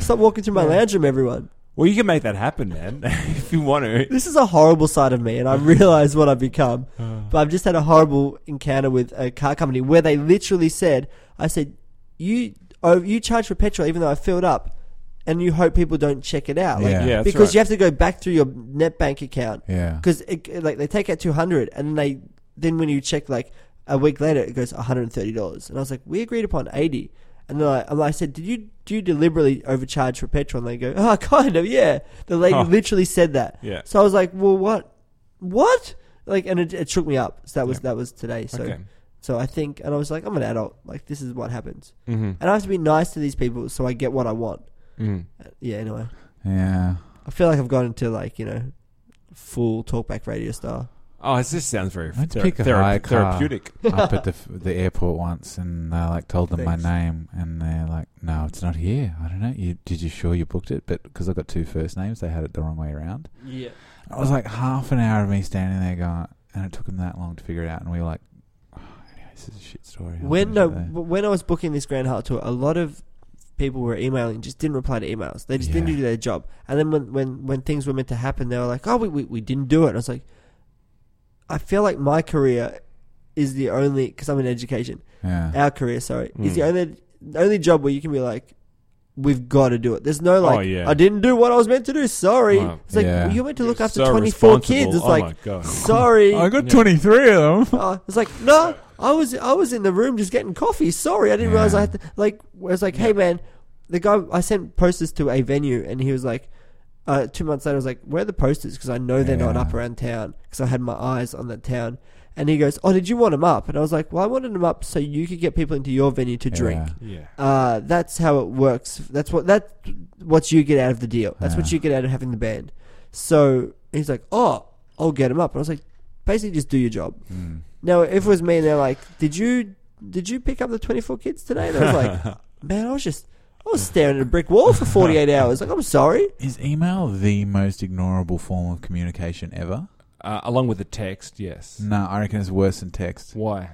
Speaker 1: Stop walking through my lounge room, everyone.
Speaker 5: well, you can make that happen, man, if you want to.
Speaker 1: This is a horrible side of me, and I realize what I've become. But I've just had a horrible encounter with a car company where they literally said, "I said, you oh, you charge for petrol even though I filled up, and you hope people don't check it out, like,
Speaker 6: Yeah.
Speaker 5: Yeah, that's
Speaker 1: because
Speaker 5: right.
Speaker 1: you have to go back through your net bank account,
Speaker 6: Yeah.
Speaker 1: because like they take out two hundred, and they then when you check like a week later, it goes one hundred and thirty dollars, and I was like, we agreed upon eighty, and then I, and I said, did you do you deliberately overcharge for petrol? And they go, oh, kind of, yeah. The lady
Speaker 5: Huh.
Speaker 1: literally said that,
Speaker 5: Yeah.
Speaker 1: So I was like, well, what, what? Like, and it, it shook me up. So that was that was today. So
Speaker 5: Okay.
Speaker 1: So I think, and I was like, I'm an adult. Like this is what happens,
Speaker 5: Mhm.
Speaker 1: and I have to be nice to these people so I get what I want.
Speaker 5: Mm.
Speaker 1: Yeah. Anyway,
Speaker 6: Yeah.
Speaker 1: I feel like I've gone into like you know, full talkback radio star.
Speaker 5: Oh, this just sounds very
Speaker 6: Let's
Speaker 5: thera-
Speaker 6: pick a
Speaker 5: thera-
Speaker 6: high car.
Speaker 5: therapeutic.
Speaker 6: up at the f- the airport once, and I like told them my name, and they're like, "No, it's not here. I don't know. You did you sure you booked it? But because I got two first names, they had it the wrong way around.
Speaker 12: Yeah.
Speaker 6: It was like half an hour of me standing there going, and it took them that long to figure it out. And we were like, oh, anyway, "This is a shit story." I'll
Speaker 1: When
Speaker 6: finish
Speaker 1: no,
Speaker 6: it there."
Speaker 1: but when I was booking this Grand Heart tour, a lot of people were emailing, just didn't reply to emails. They just
Speaker 6: Yeah.
Speaker 1: didn't do their job. And then when, when when things were meant to happen, they were like, "Oh, we we, we didn't do it." And I was like, I feel like my career is the only because I'm in education.
Speaker 6: yeah,
Speaker 1: Our career, sorry, is
Speaker 5: Hmm.
Speaker 1: the only the only job where you can be like. We've got to do it. There's no like,
Speaker 5: Oh, yeah.
Speaker 1: I didn't do what I was meant to do. Sorry.
Speaker 5: Wow.
Speaker 1: It's like
Speaker 6: Yeah.
Speaker 1: well, you're meant to look
Speaker 5: You're
Speaker 1: after
Speaker 5: so
Speaker 1: 24
Speaker 5: responsible.
Speaker 1: kids. It's
Speaker 5: Oh my Oh,
Speaker 1: like,
Speaker 5: God.
Speaker 1: sorry.
Speaker 6: I got twenty three of them.
Speaker 1: Oh, it's like no, I was I was in the room just getting coffee. Sorry, I didn't
Speaker 6: Yeah.
Speaker 1: realize I had to. Like, I was like, hey man, the guy I sent posters to a venue, and he was like, uh, two months later, I was like, where are the posters? Because I know they're not
Speaker 6: Yeah.
Speaker 1: up around town because I had my eyes on that town. And he goes, oh, did you want them up? And I was like, well, I wanted them up so you could get people into your venue to drink.
Speaker 6: Yeah.
Speaker 5: Yeah.
Speaker 1: Uh, that's how it works. That's what that what you get out of the deal. That's what
Speaker 6: Yeah.
Speaker 1: you get out of having the band. So he's like, "Oh, I'll get him up." And I was like, "Basically, just do your job."
Speaker 6: Mm.
Speaker 1: Now, if it was me, and they're like, "Did you did you pick up the twenty four kids today?" And I was like, "Man, I was just I was staring at a brick wall for forty eight hours. Like, I'm sorry."
Speaker 6: Is email the most ignorable form of communication ever?
Speaker 5: Uh, along with the text, yes.
Speaker 1: Mm.
Speaker 6: No, I reckon it's worse than text
Speaker 5: Why?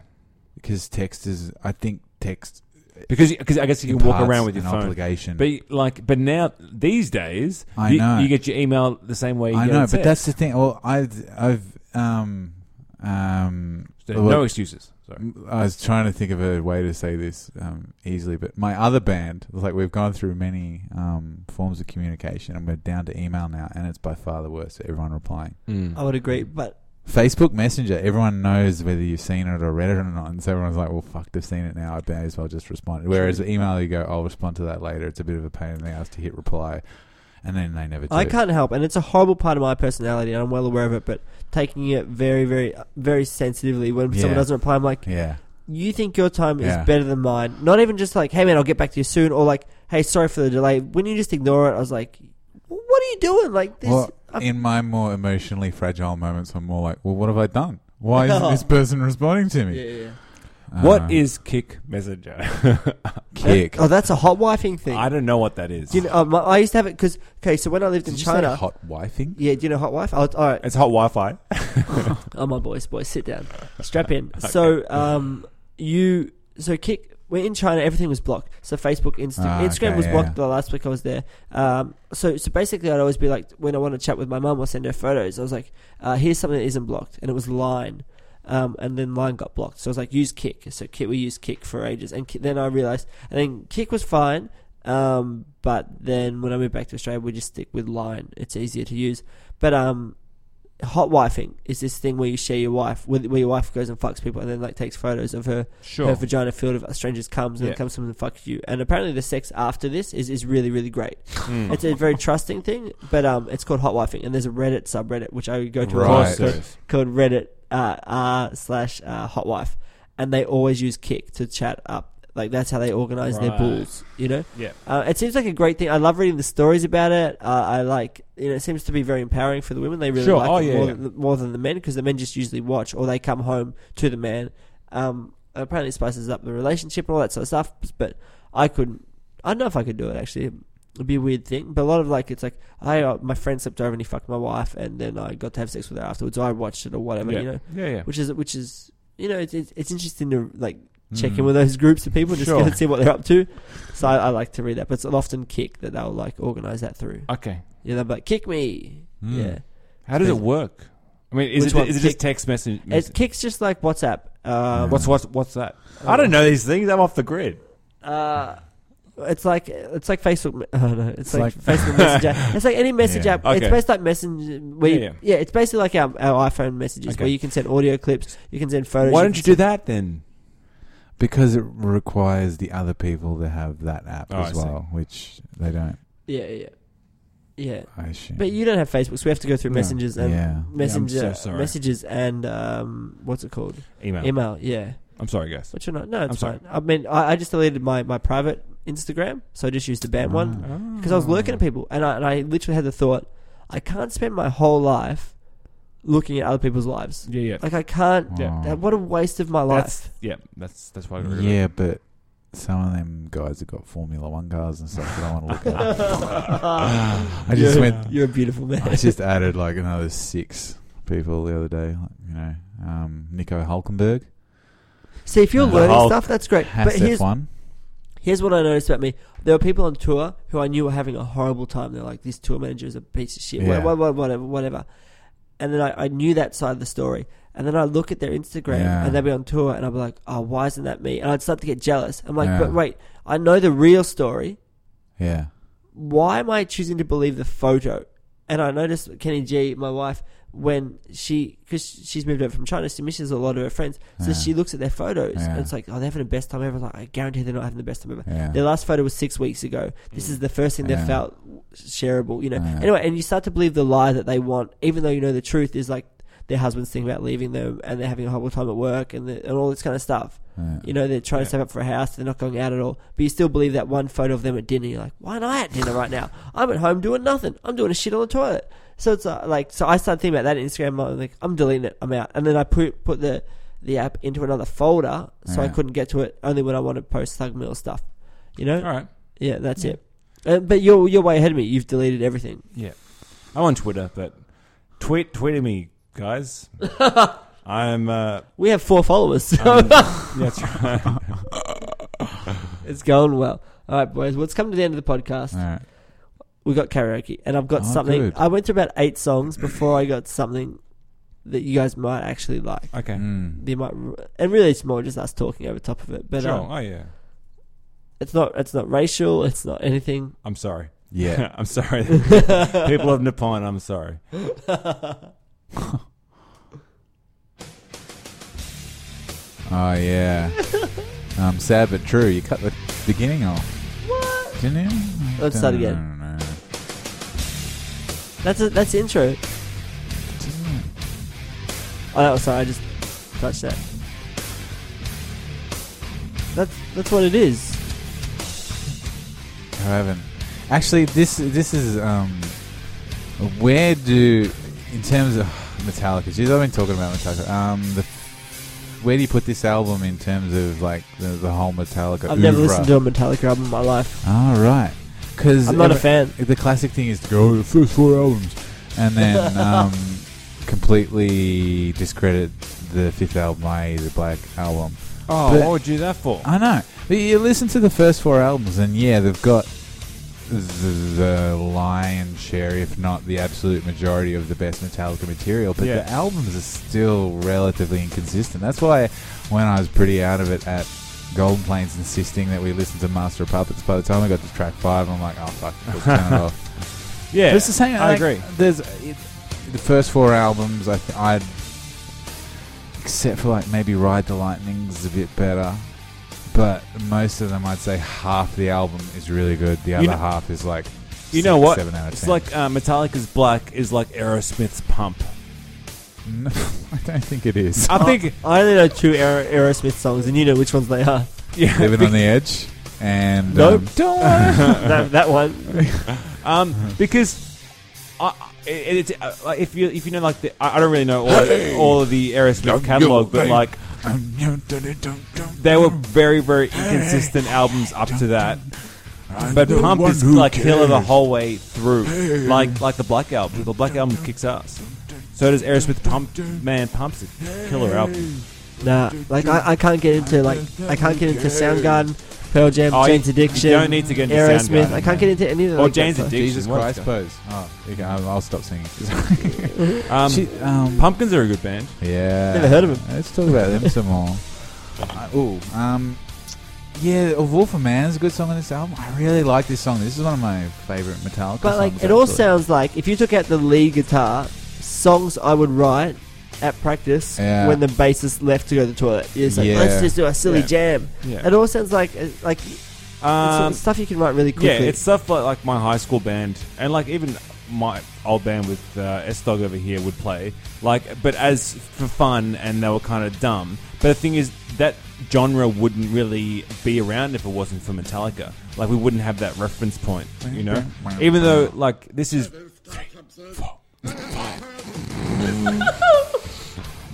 Speaker 6: because text is. I think text
Speaker 5: Because because I guess you can walk
Speaker 6: imparts
Speaker 5: around with your
Speaker 6: an
Speaker 5: phone.
Speaker 6: obligation.
Speaker 5: But like, but now these days,
Speaker 6: I
Speaker 5: you,
Speaker 6: know.
Speaker 5: you get your email the same way. You
Speaker 6: I
Speaker 5: get
Speaker 6: know,
Speaker 5: a
Speaker 6: but that's
Speaker 5: text.
Speaker 6: the thing. Well, I've, I've, um, um,
Speaker 5: There's no excuses. Sorry.
Speaker 6: I was trying to think of a way to say this um, easily, but my other band, like we've gone through many um, forms of communication, and we're down to email now, and it's by far the worst. Everyone replying,
Speaker 5: Hmm. Uh,
Speaker 1: I would agree, but
Speaker 6: Facebook Messenger. Everyone knows whether you've seen it or read it or not, and so everyone's like, "Well, fuck, they've seen it now. I may as well just respond." Whereas email, you go, "I'll respond to that later." It's a bit of a pain in the ass to hit reply, and then they never. Do.
Speaker 1: I can't help, and it's a horrible part of my personality, and I'm well aware of it. But taking it very, very, very sensitively when
Speaker 6: Yeah.
Speaker 1: someone doesn't reply, I'm like,
Speaker 6: Yeah.
Speaker 1: you think your time
Speaker 6: Yeah.
Speaker 1: is better than mine. Not even just like, hey man, I'll get back to you soon, or like, hey, sorry for the delay. When you just ignore it, I was like, what are you doing? Like this,
Speaker 6: Well,
Speaker 1: I'm-
Speaker 6: in my more emotionally fragile moments, I'm more like, well, what have I done? Why isn't this person responding to me? Uh,
Speaker 5: What is Kick Messenger?
Speaker 6: kick?
Speaker 1: oh, that's a hot wifing thing.
Speaker 5: I don't know what that is.
Speaker 1: you know, uh, my, I used to have it because okay, so when I lived in
Speaker 6: Did you say
Speaker 1: China,
Speaker 6: hot wifing?
Speaker 1: yeah, do you know hot wife? Oh, it's- all right,
Speaker 5: it's hot Wi-Fi.
Speaker 1: oh my boys, boys, sit down, strap in. So, um, you so kick. We're in China. Everything was blocked. So Facebook, Insta,
Speaker 6: Ah,
Speaker 1: Instagram
Speaker 6: okay,
Speaker 1: was
Speaker 6: yeah,
Speaker 1: blocked
Speaker 6: yeah.
Speaker 1: the last week I was there. Um, so so basically, I'd always be like, when I want to chat with my mum or send her photos, I was like, uh, here's something that isn't blocked, and it was Line. Um, and then line got blocked, so I was like, "Use Kick." So Kick, we used Kick for ages, and Ki- then I realized, and then Kick was fine, um, but then when I moved back to Australia, we just stick with Line. It's easier to use, but um, hot wifing is this thing where you share your wife, where, where your wife goes and fucks people and then like takes photos of her
Speaker 5: Sure.
Speaker 1: her vagina filled of strangers comes and
Speaker 5: Yeah.
Speaker 1: then comes someone and fucks you. And apparently the sex after this is, is really really great.
Speaker 5: Hmm.
Speaker 1: It's a very trusting thing, but um, it's called hot wifing. And there's a Reddit subreddit which I would go to a lot
Speaker 6: Right.
Speaker 1: called, called Reddit uh, r slash uh, hot wife, and they always use kick to chat up. Like that's how they organize their
Speaker 5: Right.
Speaker 1: balls, you know.
Speaker 5: Yeah.
Speaker 1: Uh, it seems like a great thing. I love reading the stories about it. Uh, I like, you know, it seems to be very empowering for the women. They really
Speaker 5: Sure.
Speaker 1: like
Speaker 5: Oh,
Speaker 1: it
Speaker 5: yeah,
Speaker 1: more,
Speaker 5: yeah.
Speaker 1: Than the, more than the men because the men just usually watch or they come home to the man. Um, apparently, it spices up the relationship and all that sort of stuff. But I couldn't. I don't know if I could do it actually. It'd be a weird thing. But a lot of like, it's like, I uh, my friend slept over and he fucked my wife, and then I got to have sex with her afterwards. Or I watched it or whatever,
Speaker 5: Yeah.
Speaker 1: you know.
Speaker 5: Yeah, yeah.
Speaker 1: Which is which is you know it's it's, it's interesting to like check
Speaker 5: Hmm.
Speaker 1: in with those groups of people just to see what they're up to. So I, I like to read that, but it's often kick that they'll like organize that through.
Speaker 5: Okay. Hmm.
Speaker 1: Yeah, they'll be like kick me. Yeah,
Speaker 5: How does it work? I mean, is
Speaker 1: Which
Speaker 5: it,
Speaker 1: one?
Speaker 5: is it just
Speaker 1: Kick?
Speaker 5: text message?
Speaker 1: it kicks just like WhatsApp. Um,
Speaker 5: What's what's what's that? I don't know these things. I'm off the grid.
Speaker 1: uh, it's like it's like Facebook. Oh no, it's, like,
Speaker 6: like-
Speaker 1: Facebook Messenger. It's like any message
Speaker 6: Yeah.
Speaker 1: app.
Speaker 5: Okay.
Speaker 1: It's basically like Messenger. Where you-
Speaker 5: Yeah,
Speaker 1: yeah,
Speaker 5: yeah.
Speaker 1: it's basically like our, our iPhone messages
Speaker 5: Okay.
Speaker 1: where you can send audio clips, you can send photos.
Speaker 5: Why
Speaker 1: can
Speaker 5: don't you
Speaker 1: send-
Speaker 5: do that then?
Speaker 6: Because it requires the other people to have that app
Speaker 5: Oh, I
Speaker 6: as
Speaker 5: see.
Speaker 6: well, which they don't.
Speaker 1: Yeah, yeah, yeah. Yeah.
Speaker 6: I assume.
Speaker 1: But you don't have Facebook, so we have to go through
Speaker 5: No.
Speaker 1: messengers and
Speaker 6: Yeah.
Speaker 1: messenger
Speaker 5: Yeah, I'm so sorry.
Speaker 1: messages and um, what's it called?
Speaker 5: Email.
Speaker 1: Email. Yeah.
Speaker 5: I'm sorry, guys.
Speaker 1: What's your name? No, it's
Speaker 5: sorry.
Speaker 1: fine. I mean, I, I just deleted my, my private Instagram, so I just used the band one
Speaker 6: Ah.
Speaker 1: because I was looking
Speaker 6: Mm.
Speaker 1: at people, and I, and I literally had the thought, I can't spend my whole life looking at other people's lives.
Speaker 5: Yeah, yeah.
Speaker 1: Like I can't.
Speaker 6: Mm.
Speaker 5: Yeah.
Speaker 1: that- what a waste of my
Speaker 5: That's
Speaker 1: life.
Speaker 5: yeah. That's that's why. I got rid of it.
Speaker 6: Yeah, but some of them guys have got Formula One cars and stuff that I want to look at. I just
Speaker 1: you're,
Speaker 6: went.
Speaker 1: You're a beautiful
Speaker 6: I
Speaker 1: man.
Speaker 6: just added like another six people the other day. Like, you know, um, Nico Hulkenberg
Speaker 1: See, if you're
Speaker 6: The
Speaker 1: learning
Speaker 6: Hulk
Speaker 1: stuff, that's great. But
Speaker 6: has
Speaker 1: here's
Speaker 6: F1.
Speaker 1: here's what I noticed about me: there were people on tour who I knew were having a horrible time. They're like, "This tour manager is a piece of shit."
Speaker 6: Yeah.
Speaker 1: wha- wha- wha- Whatever, whatever. And then I, I knew that side of the story. And then I look at their Instagram,
Speaker 6: Yeah.
Speaker 1: and they'll be on tour, and I'll be like, "Oh, why isn't that me?" And I'd start to get jealous. I'm like,
Speaker 6: Yeah.
Speaker 1: "But wait, I know the real story.
Speaker 6: Yeah,
Speaker 1: why am I choosing to believe the photo? And I noticed Kenny G, my wife, when she, because she's moved over from China, she misses a lot of her friends. So
Speaker 6: Yeah.
Speaker 1: she looks at their photos
Speaker 6: Yeah.
Speaker 1: and it's like, oh, they're having the best time ever. Like, I guarantee they're not having the best time ever.
Speaker 6: Yeah.
Speaker 1: Their last photo was six weeks ago. This is the first thing
Speaker 6: Yeah.
Speaker 1: they felt shareable, you know.
Speaker 6: Yeah.
Speaker 1: Anyway, and you start to believe the lie that they want, even though you know the truth is like their husband's thinking about leaving them and they're having a horrible time at work and, the, and all this kind of stuff.
Speaker 6: Yeah.
Speaker 1: You know, they're trying to save up for a house, they're not going out at all. But you still believe that one photo of them at dinner. You're like, why am I at dinner right now? I'm at home doing nothing. I'm doing a shit on the toilet. So it's uh, like, so I started thinking about that Instagram. I'm like, I'm deleting it. I'm out. And then I put put the the app into another folder, so I
Speaker 6: Yeah.
Speaker 1: couldn't get to it only when I wanted to post Thug Mill stuff. You know?
Speaker 5: All right.
Speaker 1: Yeah, that's it. Uh, but you're you're way ahead of me. You've deleted everything.
Speaker 5: Yeah. I'm on Twitter, but tweet tweet at me, guys. I'm uh
Speaker 1: We have four followers, so
Speaker 5: yeah, that's right.
Speaker 1: it's going well. All right, boys. Well, it's come to the end of the podcast.
Speaker 6: All right.
Speaker 1: We got karaoke, and I've got
Speaker 6: Oh,
Speaker 1: something.
Speaker 6: good.
Speaker 1: I went through about eight songs before I got something that you guys might actually like.
Speaker 5: Okay.
Speaker 6: Mm.
Speaker 1: They might, and really, it's more just us talking over top of it. But
Speaker 5: Sure.
Speaker 1: um,
Speaker 5: Oh yeah.
Speaker 1: it's not. It's not racial. It's not anything.
Speaker 5: I'm sorry.
Speaker 6: Yeah.
Speaker 5: I'm sorry. People of Nippon, I'm sorry.
Speaker 6: Oh yeah. um, sad but true. You cut the beginning off. What? Didn't you?
Speaker 1: Let's start again.
Speaker 6: Dunno.
Speaker 1: That's a, that's the intro. Oh, no, sorry, I just touched that. That's that's what it is.
Speaker 6: I haven't. Actually, this this is um, where do in terms of Metallica? Jeez, I've been talking about Metallica. Um, the, where do you put this album in terms of like the, the whole Metallica?
Speaker 1: I've never listened to a Metallica album in my life.
Speaker 6: All right, because
Speaker 1: I'm not a fan.
Speaker 6: The classic thing is to go the first four albums, and then um, completely discredit the fifth album, i.e., the Black album.
Speaker 5: Oh,
Speaker 6: But-
Speaker 5: what would you do that for?
Speaker 6: I know. But you listen to the first four albums, and yeah, they've got the, the lion's share, if not the absolute majority, of the best Metallica material. But
Speaker 5: Yeah.
Speaker 6: the albums are still relatively inconsistent. That's why when I was pretty out of it at Golden Plains, insisting that we listen to Master of Puppets, by the time I got to track five, I'm like, oh fuck, we'll turn it off.
Speaker 5: yeah.
Speaker 6: But it's the same.
Speaker 5: I
Speaker 6: like,
Speaker 5: agree.
Speaker 6: There's it, the first four albums. I th- I'd except for like maybe Ride the Lightning's a bit better, but most of them I'd say half the album is really good. The other
Speaker 5: know-
Speaker 6: half is like
Speaker 5: You
Speaker 6: six,
Speaker 5: know what?
Speaker 6: Seven out of
Speaker 5: It's
Speaker 6: ten.
Speaker 5: like uh, Metallica's Black is like Aerosmith's Pump.
Speaker 6: No, I don't think it is.
Speaker 5: I think
Speaker 1: I only know two Aer- Aerosmith songs, and you know which ones they are.
Speaker 5: yeah.
Speaker 6: Living on the Edge and
Speaker 1: Nope.
Speaker 6: um,
Speaker 5: Don't
Speaker 1: that, that one.
Speaker 5: Um, because I, it, it's uh, like if you if you know like the, I, I don't really know all, all of the Aerosmith catalog, but like they were very very inconsistent albums up to that. But Pump is like killer the whole way through, like like the Black album. The Black album kicks ass. So does Aerosmith Pump. Man, Pump's a killer album.
Speaker 1: Nah, like I, I can't get into like I can't get into Soundgarden, Pearl Jam,
Speaker 5: Oh, you-
Speaker 1: Jane's Addiction.
Speaker 5: you don't need to get into
Speaker 1: Aerosmith.
Speaker 5: Soundgarden,
Speaker 1: I can't get into any of
Speaker 5: Or
Speaker 1: like that
Speaker 5: Jane's
Speaker 1: stuff.
Speaker 5: Addiction.
Speaker 6: Jesus
Speaker 5: what
Speaker 6: Christ
Speaker 5: the-
Speaker 6: pose. Oh, okay, I'll, I'll stop singing.
Speaker 5: Um,
Speaker 6: She- um,
Speaker 5: Pumpkins are a good band.
Speaker 6: Yeah.
Speaker 1: Never heard of
Speaker 6: Let's talk about them some more. oh, um, yeah, A Wolf of Man's a good song on this album. I really like this song. This is one of my favorite Metallica
Speaker 1: But like,
Speaker 6: songs,
Speaker 1: it all
Speaker 6: actually.
Speaker 1: sounds like if you took out the lead guitar, songs I would write at practice
Speaker 6: Yeah.
Speaker 1: when the bassist left to go to the toilet. It's like
Speaker 6: Yeah.
Speaker 1: let's just do a silly
Speaker 5: Yeah.
Speaker 1: jam.
Speaker 5: Yeah.
Speaker 1: It all sounds like uh, like
Speaker 5: Um,
Speaker 1: it's stuff you can write really quickly.
Speaker 5: Yeah, it's stuff like, like my high school band, and like even my old band with uh, S Dog over here would play. Like, but as for fun, and they were kind of dumb. But the thing is that genre wouldn't really be around if it wasn't for Metallica. Like we wouldn't have that reference point, you know. Even though like this is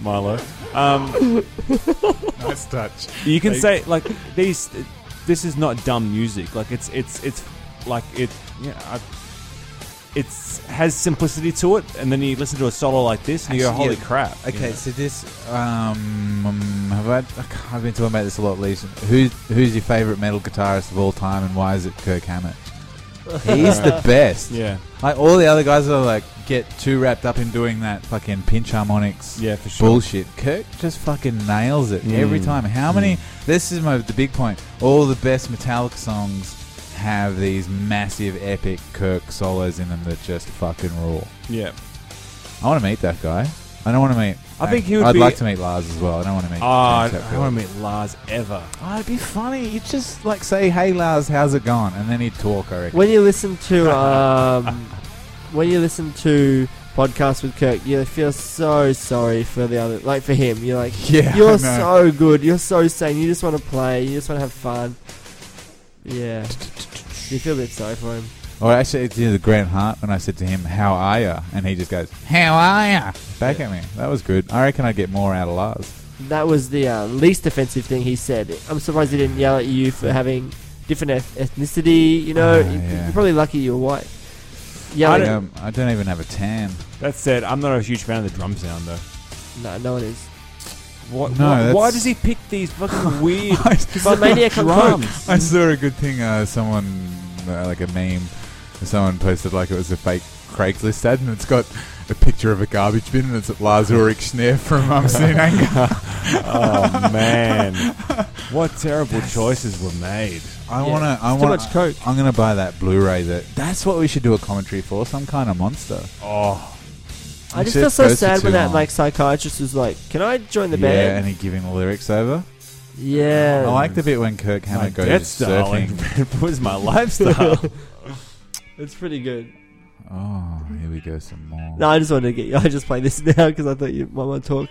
Speaker 5: Milo.
Speaker 13: Nice touch.
Speaker 5: You can say like these. This is not dumb music. Like it's it's it's like it. Yeah, I, it's has simplicity to it, and then you listen to a solo like this, and you go,
Speaker 6: Actually,
Speaker 5: "Holy
Speaker 6: yeah.
Speaker 5: crap!" you
Speaker 6: Okay,
Speaker 5: know?
Speaker 6: so this um, um, have I? I can't- I've been talking about this a lot, Leeson. Who's who's your favorite metal guitarist of all time, and why is it Kirk Hammett? He's the best.
Speaker 5: yeah,
Speaker 6: Like all the other guys are like get too wrapped up in doing that fucking pinch harmonics
Speaker 5: yeah, for sure.
Speaker 6: bullshit. Kirk just fucking nails it every
Speaker 5: Mm.
Speaker 6: time. How many? This is my the big point. All the best Metallica songs have these massive epic Kirk solos in them that just fucking rule.
Speaker 5: Yeah,
Speaker 6: I want to meet that guy. I don't want to meet.
Speaker 5: I think he would
Speaker 6: I'd
Speaker 5: be-
Speaker 6: like to meet Lars as well. I don't want to meet.
Speaker 5: oh, I
Speaker 6: James
Speaker 5: don't
Speaker 6: Hetfield.
Speaker 5: want to meet Lars ever.
Speaker 6: Oh, it'd be funny. You just like say, "Hey Lars, how's it going?" and then he'd talk. I reckon.
Speaker 1: When you listen to um, when you listen to podcasts with Kirk, you feel so sorry for the other, like for him. You're like,
Speaker 6: Yeah, I
Speaker 1: you're
Speaker 6: know.
Speaker 1: so good, you're so sane. You just want to play, you just want to have fun. Yeah, you feel a bit sorry for him.
Speaker 6: Or actually, it's the Grant Hart when I said to him, "How are ya?" and he just goes, "How are ya?" back at me. That was good. I reckon I would get more out of Lars.
Speaker 1: That was the uh, least offensive thing he said. I'm surprised he didn't yell at you for having different eth- ethnicity. You know,
Speaker 6: Ah,
Speaker 1: you,
Speaker 6: yeah.
Speaker 1: you're probably lucky you're white. Yeah,
Speaker 5: I
Speaker 6: I
Speaker 5: don't-
Speaker 6: don't, um, I don't even have a tan.
Speaker 5: That said, I'm not a huge fan of the drum sound though.
Speaker 1: no, no one is.
Speaker 5: What,
Speaker 6: No,
Speaker 5: why, why
Speaker 6: that's-
Speaker 5: does he pick these fucking weird
Speaker 6: I,
Speaker 1: But maniac on coke.
Speaker 5: drums?
Speaker 6: I saw a good thing. Uh, someone uh, like a meme. Someone posted like it was a fake Craigslist ad, and it's got a picture of a garbage bin, and it's Lars Ulrich Schnee from um, Sin Anger.
Speaker 5: oh man, what terrible choices were made.
Speaker 6: I
Speaker 1: Yeah,
Speaker 6: wanna. I
Speaker 1: it's
Speaker 6: wanna.
Speaker 1: too much coke.
Speaker 6: I'm gonna buy that Blu-ray. That that's what we should do a commentary for. Some kind of monster.
Speaker 5: Oh,
Speaker 1: I just
Speaker 6: Shit
Speaker 1: feel so
Speaker 6: goes for
Speaker 1: sad
Speaker 6: too
Speaker 1: when that
Speaker 6: long.
Speaker 1: like psychiatrist was like, "Can I join the
Speaker 6: yeah,
Speaker 1: band?" Oh.
Speaker 6: and he giving the lyrics over.
Speaker 1: Yeah,
Speaker 6: I like the bit when Kirk
Speaker 5: my
Speaker 6: Hammett
Speaker 5: death
Speaker 6: goes
Speaker 5: star
Speaker 6: surfing.
Speaker 5: and- was my lifestyle.
Speaker 1: It's pretty good.
Speaker 6: Oh, here we go some more.
Speaker 1: No, I just wanted to get you. I just play this now because I thought you might want to talk.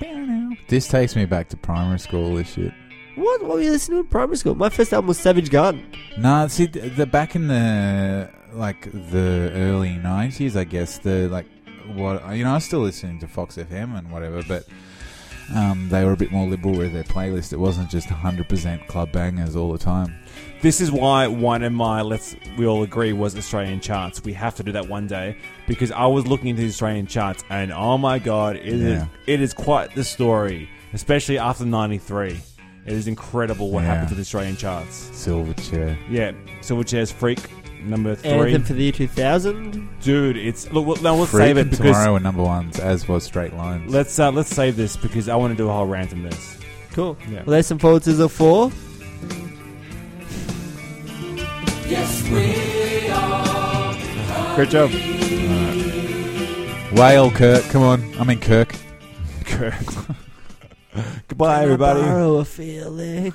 Speaker 6: This takes me back to primary school. This shit.
Speaker 1: What? What were you listening to in primary school? My first album was Savage Garden.
Speaker 6: Nah, see, the, the back in the like the early nineties, I guess the like what you know, I was still listening to Fox FM and whatever, but um, they were a bit more liberal with their playlist. It wasn't just hundred percent club bangers all the time.
Speaker 5: This is why one of my let's we all agree was Australian charts. We have to do that one day because I was looking into the Australian charts and oh my god, it is
Speaker 6: Yeah.
Speaker 5: it is quite the story, especially after '93. It is incredible what
Speaker 6: Yeah.
Speaker 5: happened to the Australian charts.
Speaker 6: Silverchair,
Speaker 5: Yeah, Silverchair's Freak number three,
Speaker 1: Anthem for the Year 2000.
Speaker 5: dude. It's look. well, No, let's
Speaker 6: Freak
Speaker 5: save it
Speaker 6: and
Speaker 5: because
Speaker 6: tomorrow were number ones, as was Straight Lines.
Speaker 5: let's uh, let's save this because I want to do a whole rant on this.
Speaker 1: Cool.
Speaker 5: Yeah.
Speaker 1: Well, there's some forwards as a four.
Speaker 5: Great job,
Speaker 6: Whale, Kirk, come on! I mean Kirk.
Speaker 5: Goodbye, everybody.
Speaker 1: Borrow a feeling.